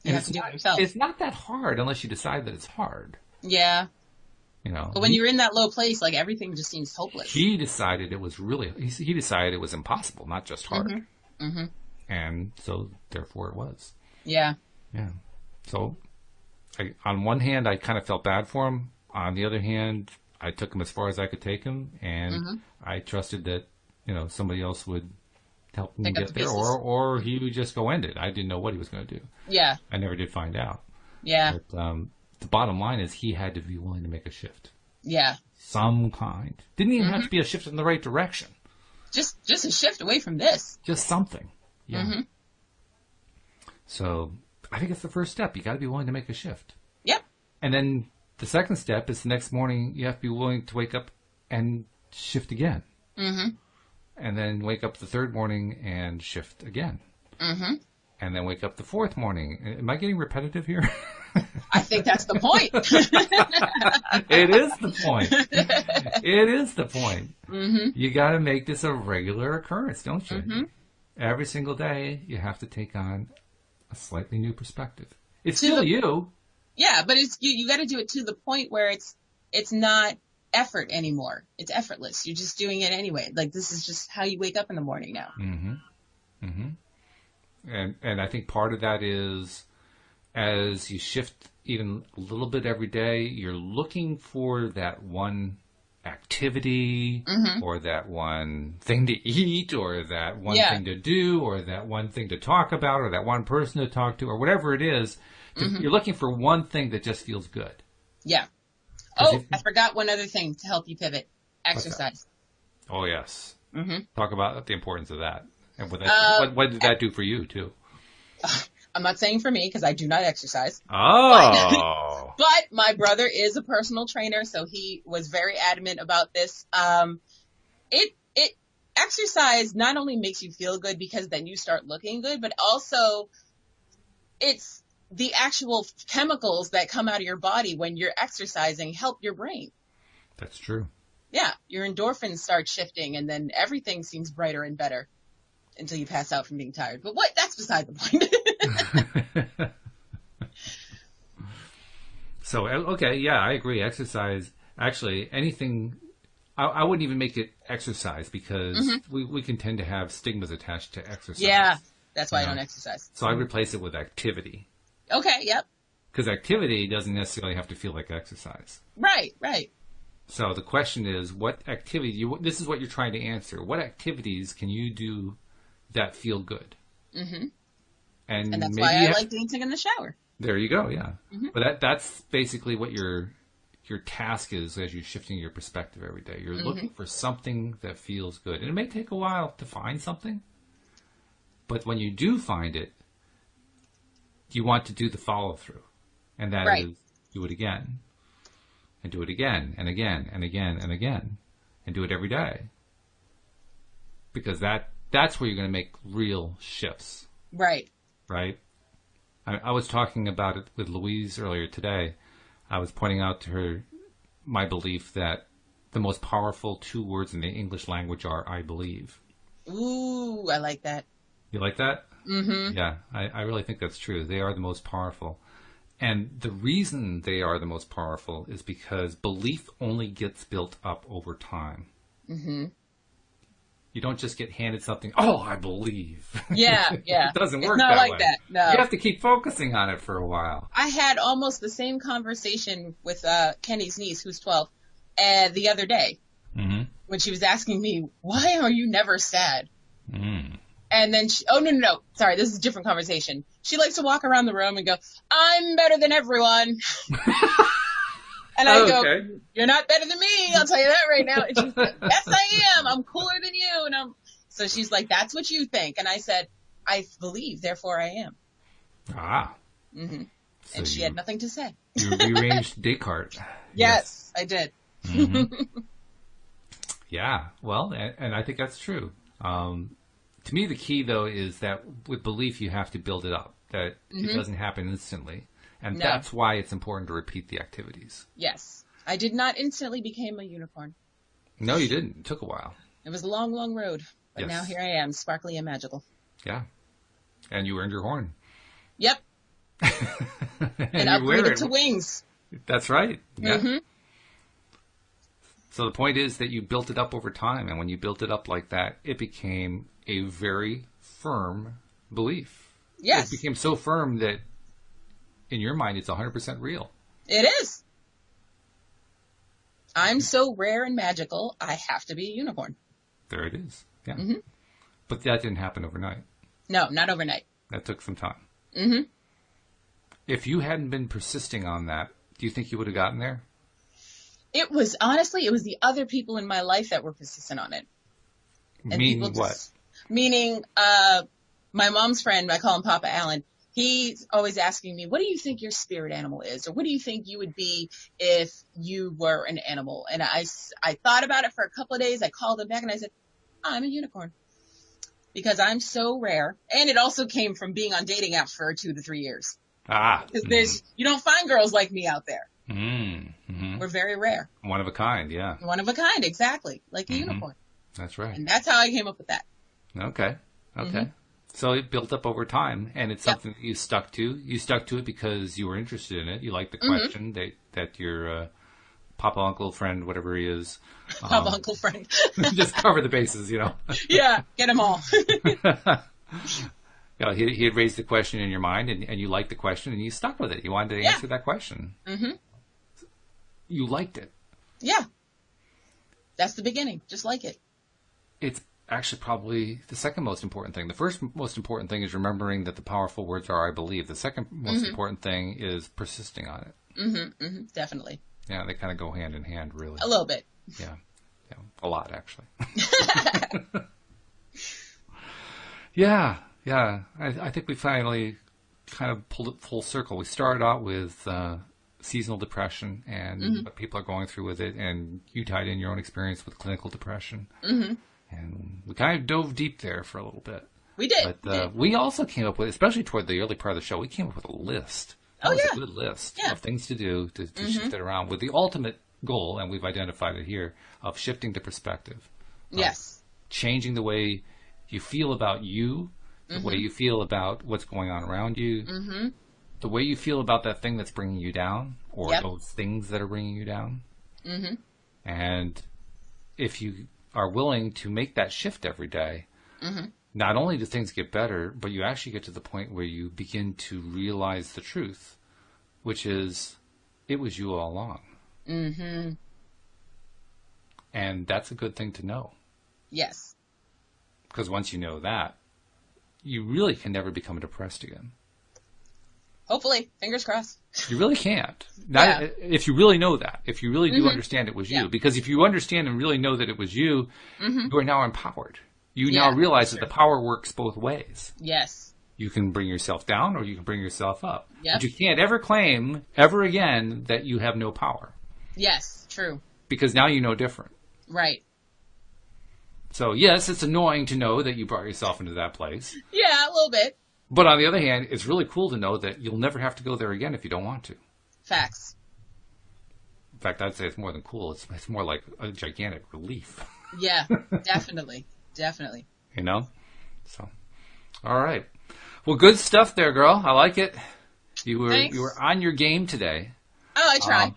Speaker 2: You
Speaker 1: And
Speaker 2: have
Speaker 1: it's
Speaker 2: to do it
Speaker 1: not-
Speaker 2: yourself.
Speaker 1: It's not that hard unless you decide that it's hard.
Speaker 2: Yeah.
Speaker 1: You know,
Speaker 2: But when you're in that low place, like everything just seems hopeless.
Speaker 1: he decided it was really he, he decided it was impossible, not just hard,
Speaker 2: Mhm.
Speaker 1: and so therefore it was.
Speaker 2: Yeah.
Speaker 1: Yeah. So, I, on one hand, I kind of felt bad for him. On the other hand, I took him as far as I could take him, and
Speaker 2: Mm-hmm.
Speaker 1: I trusted that you know somebody else would help him
Speaker 2: Pick
Speaker 1: get
Speaker 2: up the
Speaker 1: there,
Speaker 2: pieces.
Speaker 1: or or he would just go end it. I didn't know what he was going to do.
Speaker 2: Yeah.
Speaker 1: I never did find out.
Speaker 2: Yeah.
Speaker 1: But um, the bottom line is he had to be willing to make a shift,
Speaker 2: Yeah.
Speaker 1: some kind. Didn't even have to be a shift in the right direction.
Speaker 2: Just, just a shift away from this.
Speaker 1: just something. Yeah. So I think it's the first step. You got to be willing to make a shift,
Speaker 2: Yep.
Speaker 1: and then the second step is the next morning you have to be willing to wake up and shift again, mm-hmm. and then wake up the third morning and shift again, mm-hmm. and then wake up the fourth morning. Am I getting repetitive here?
Speaker 2: I think that's the point.
Speaker 1: it is the point. It is the point. Mm-hmm. You got to make this a regular occurrence, don't you? Mm-hmm. Every single day, you have to take on a slightly new perspective. It's
Speaker 2: To
Speaker 1: still
Speaker 2: the-
Speaker 1: you.
Speaker 2: yeah, but it's you. You got to do it to the point where it's it's not effort anymore. It's effortless. You're just doing it anyway. Like this is just how you wake up in the morning now.
Speaker 1: Mm-hmm. Mm-hmm. And and I think part of that is as you shift even a little bit every day, you're looking for that one activity
Speaker 2: Mm-hmm.
Speaker 1: or that one thing to eat or that one
Speaker 2: Yeah.
Speaker 1: thing to do or that one thing to talk about or that one person to talk to or whatever it is.
Speaker 2: Mm-hmm.
Speaker 1: You're looking for one thing that just feels good.
Speaker 2: Yeah.
Speaker 1: Does
Speaker 2: Oh,
Speaker 1: it-
Speaker 2: I forgot one other thing to help you pivot. Exercise.
Speaker 1: Oh yes.
Speaker 2: Mhm.
Speaker 1: Talk about the importance of that. And what, that,
Speaker 2: Uh,
Speaker 1: what, what did that do for you too?
Speaker 2: I'm not saying for me because I do not exercise,
Speaker 1: Oh.
Speaker 2: but my brother is a personal trainer, so he was very adamant about this. Um, it it exercise not only makes you feel good because then you start looking good, but also it's the actual chemicals that come out of your body when you're exercising help your brain.
Speaker 1: That's true.
Speaker 2: Yeah, your endorphins start shifting, and then everything seems brighter and better until you pass out from being tired. But what? That's beside the point.
Speaker 1: So uh, okay, yeah, I agree. Exercise, actually, anything. I, I wouldn't even make it exercise because we, we can tend to have stigmas attached to exercise.
Speaker 2: Mm-hmm. Yeah, that's why I
Speaker 1: Yeah.
Speaker 2: don't exercise.
Speaker 1: So I replace it with activity
Speaker 2: Okay, yep.
Speaker 1: because activity doesn't necessarily have to feel like exercise.
Speaker 2: Right, right.
Speaker 1: So the question is, what activity? You, this is what you're trying to answer. What activities can you do that feel good? Mm-hmm. And,
Speaker 2: And that's
Speaker 1: maybe
Speaker 2: why
Speaker 1: you
Speaker 2: I
Speaker 1: have-
Speaker 2: like dancing in the shower.
Speaker 1: There you go. Yeah, but that that's basically what your your task is as you're shifting your perspective every day. You're looking for something that feels good, and it may take a while to find something, but when you do find it, you want to do the follow through, and that is
Speaker 2: Right.
Speaker 1: do it again, and do it again, and again, and again, and again, and do it every day, because that that's where you're going to make real shifts
Speaker 2: Right.
Speaker 1: right? I, I was talking about it with Louise earlier today. I was pointing out to her my belief that the most powerful two words in the English language are I believe.
Speaker 2: Ooh, I like that.
Speaker 1: You like that? Mm-hmm. Yeah, I, I really think that's true. They are the most powerful. And the reason they are the most powerful is because belief only gets built up over time.
Speaker 2: hmm
Speaker 1: You don't just get handed something, oh, I believe.
Speaker 2: Yeah, yeah.
Speaker 1: it doesn't
Speaker 2: It's
Speaker 1: work
Speaker 2: not
Speaker 1: that
Speaker 2: like
Speaker 1: way.
Speaker 2: that, no.
Speaker 1: You have to keep focusing on it for a while.
Speaker 2: I had almost the same conversation with uh, Kenny's niece, who's 12, uh, the other day
Speaker 1: Mhm.
Speaker 2: when she was asking me, why are you never sad?
Speaker 1: Mm.
Speaker 2: And then she, oh no, no, no, sorry, this is a different conversation. She likes to walk around the room and go, I'm better than everyone. and I go,
Speaker 1: Okay.
Speaker 2: you're not better than me. I'll tell you that right now. And she's like, yes, I am. I'm cooler than you. And I'm, so she's like, that's what you think. And I said, I believe, therefore I am.
Speaker 1: Ah.
Speaker 2: hmm
Speaker 1: So
Speaker 2: And she
Speaker 1: you,
Speaker 2: had nothing to say.
Speaker 1: you rearranged Descartes.
Speaker 2: Yes, I did.
Speaker 1: Yeah. Well, and, and I think that's true. Um, to me, the key though is that with belief, you have to build it up. That it doesn't happen instantly, and
Speaker 2: Mm-hmm. No.
Speaker 1: that's why it's important to repeat the activities.
Speaker 2: Yes. I did not instantly become a unicorn.
Speaker 1: No, you didn't. It took a while.
Speaker 2: It was a long, long road. But
Speaker 1: Yes.
Speaker 2: now here I am, sparkly and magical.
Speaker 1: Yeah. And you earned your horn.
Speaker 2: Yep.
Speaker 1: and
Speaker 2: And,
Speaker 1: you wear
Speaker 2: upgraded
Speaker 1: it.
Speaker 2: to wings.
Speaker 1: That's right. Yeah.
Speaker 2: Mm-hmm.
Speaker 1: So the point is that you built it up over time, and when you built it up like that, it became a very firm belief.
Speaker 2: Yes.
Speaker 1: It became so firm that in your mind it's 100% real.
Speaker 2: It is. I'm so rare and magical, I have to be a unicorn.
Speaker 1: There it is. Yeah.
Speaker 2: Mm-hmm.
Speaker 1: But that didn't happen overnight.
Speaker 2: No, not overnight.
Speaker 1: That took some time. Mm-hmm. If you hadn't been persisting on that, do you think you would have gotten there?
Speaker 2: It was honestly, it was the other people in my life that were persistent on it.
Speaker 1: Meaning
Speaker 2: people
Speaker 1: what?
Speaker 2: just- meaning, uh, my mom's friend, I call him Papa Allen. He's always asking me, what do you think your spirit animal is? Or what do you think you would be if you were an animal? And I, s- I thought about it for a couple of days. I called him back and I said, I'm a unicorn because I'm so rare. And it also came from being on dating apps for two to three years.
Speaker 1: Ah.
Speaker 2: Because there's you don't find girls like me out there.
Speaker 1: Mm, mhm.
Speaker 2: We're very rare.
Speaker 1: One of a kind, yeah.
Speaker 2: One of a kind, exactly. Like a
Speaker 1: Mhm.
Speaker 2: unicorn.
Speaker 1: That's right.
Speaker 2: And that's how I came up with that.
Speaker 1: Okay. Okay. So it built up over time and it's
Speaker 2: Mm-hmm. Yep.
Speaker 1: something that you stuck to. You stuck to it because you were interested in it. You liked the
Speaker 2: Mm-hmm.
Speaker 1: question that, that your uh, papa, uncle, friend, whatever he is, um,
Speaker 2: Pop
Speaker 1: Oh.
Speaker 2: uncle friend.
Speaker 1: just cover the bases, you know.
Speaker 2: yeah, get them all.
Speaker 1: you know, he, he had raised the question in your mind and, and you liked the question and you stuck with it. You wanted to
Speaker 2: Yeah.
Speaker 1: answer that question. Mm-hmm. You liked it.
Speaker 2: yeah. That's the beginning. Just like it.
Speaker 1: It's actually probably the second most important thing. The first most important thing is remembering that the powerful words are, I believe. The second most
Speaker 2: Mm-hmm.
Speaker 1: important thing is persisting on it.
Speaker 2: hmm definitely.
Speaker 1: Yeah, they kind of go hand in hand, really.
Speaker 2: A little bit.
Speaker 1: Yeah. yeah. A lot, actually. yeah. Yeah. I, I think we finally kind of pulled it full circle. We started out with uh, seasonal depression and what people are going through with it, and you tied in your own experience with clinical depression. Mm-hmm. And we kind of dove deep there for a little bit.
Speaker 2: We did.
Speaker 1: But
Speaker 2: we
Speaker 1: uh,
Speaker 2: did.
Speaker 1: we also came up with, especially toward the early part of the show, we came up with a list. That
Speaker 2: Oh,
Speaker 1: was
Speaker 2: yeah.
Speaker 1: a good list
Speaker 2: Yeah. Mm-hmm.
Speaker 1: of things to do to, to shift it around with the ultimate goal, and we've identified it here, of shifting the perspective,
Speaker 2: Yes.
Speaker 1: changing the way you feel about you, the way you feel about what's going on around you, the way you feel about that thing that's bringing you down, or
Speaker 2: Yep.
Speaker 1: those things that are bringing you down. Mm-hmm. And if you are willing to make that shift every day, not only do things get better, but you actually get to the point where you begin to realize the truth, which is it was you all along. Mm-hmm. And that's a good thing to know
Speaker 2: Yes.
Speaker 1: because once you know that, you really can never become depressed again.
Speaker 2: Hopefully. Fingers crossed.
Speaker 1: You really can't. Not,
Speaker 2: Yeah. Mm-hmm.
Speaker 1: If you really know that, if you really do understand it was you,
Speaker 2: Yeah. Mm-hmm.
Speaker 1: because if you understand and really know that it was you, you are now empowered. You now
Speaker 2: Yeah,
Speaker 1: realize that the power works both ways.
Speaker 2: Yes.
Speaker 1: You can bring yourself down or you can bring yourself up.
Speaker 2: Yep.
Speaker 1: But you can't ever claim ever again that you have no power
Speaker 2: Yes. True.
Speaker 1: because now you know different.
Speaker 2: Right.
Speaker 1: So yes, it's annoying to know that you brought yourself into that place.
Speaker 2: Yeah, a little bit.
Speaker 1: But on the other hand, it's really cool to know that you'll never have to go there again if you don't want to.
Speaker 2: Facts.
Speaker 1: In fact, I'd say it's more than cool. It's it's more like a gigantic relief,
Speaker 2: Yeah, definitely. Definitely.
Speaker 1: you know. So, all right. Well, good stuff there, girl. I like it. You were
Speaker 2: Thanks.
Speaker 1: you were on your game today.
Speaker 2: Oh, I tried.
Speaker 1: Um,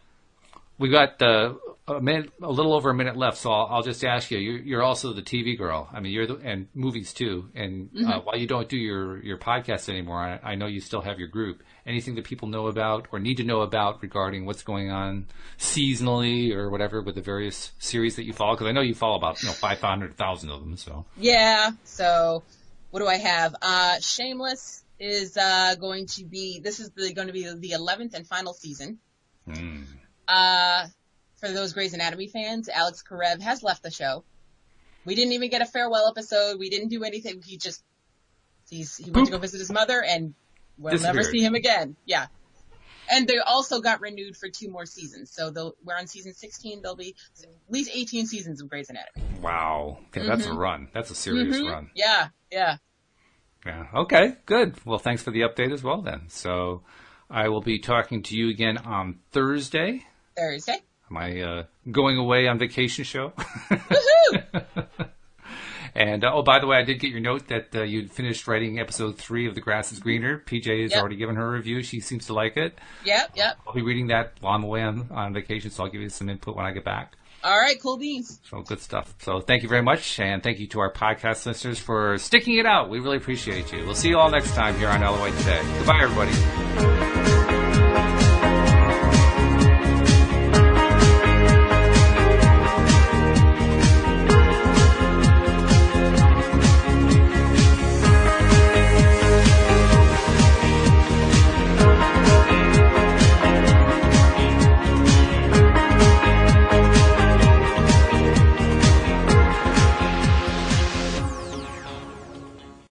Speaker 1: we got uh, a minute, a little over a minute left, so I'll, I'll just ask you. You're, you're also the TV girl. I mean, you're the and movies too. And uh, while you don't do your your podcast anymore, I, I know you still have your group. Anything that people know about or need to know about regarding what's going on seasonally or whatever with the various series that you follow? Because I know you follow about you know five hundred thousand of them. So
Speaker 2: Yeah. So what do I have? Uh, Shameless is, uh, going to be, this is the, going to be the 11th and final season.
Speaker 1: Mm.
Speaker 2: Uh, for those Grey's Anatomy fans, Alex Karev has left the show. We didn't even get a farewell episode. We didn't do anything. He just, he's, he went to go visit his mother and we'll never
Speaker 1: Disappeared.
Speaker 2: see him again. Yeah. And they also got renewed for two more seasons. So they'll, we're on season 16. There'll be at least 18 seasons of Grey's Anatomy.
Speaker 1: wow, okay, that's a run. That's a serious run.
Speaker 2: Yeah. Yeah.
Speaker 1: Yeah. Okay. Good. Well, thanks for the update as well then. So I will be talking to you again on Thursday.
Speaker 2: Thursday.
Speaker 1: My uh, going away on vacation show.
Speaker 2: Woohoo!
Speaker 1: and uh, oh, by the way, I did get your note that uh, you'd finished writing episode three of The Grass is Greener. PJ has
Speaker 2: Yep.
Speaker 1: already given her a review. She seems to like it.
Speaker 2: Yep. Yep.
Speaker 1: I'll be reading that while I'm away on, on vacation, so I'll give you some input when I get back.
Speaker 2: All right. Cool beans.
Speaker 1: So good stuff. So thank you very much. And thank you to our podcast listeners for sticking it out. We really appreciate you. We'll see you all next time here on LOA Today. Goodbye, everybody.
Speaker 2: Bye.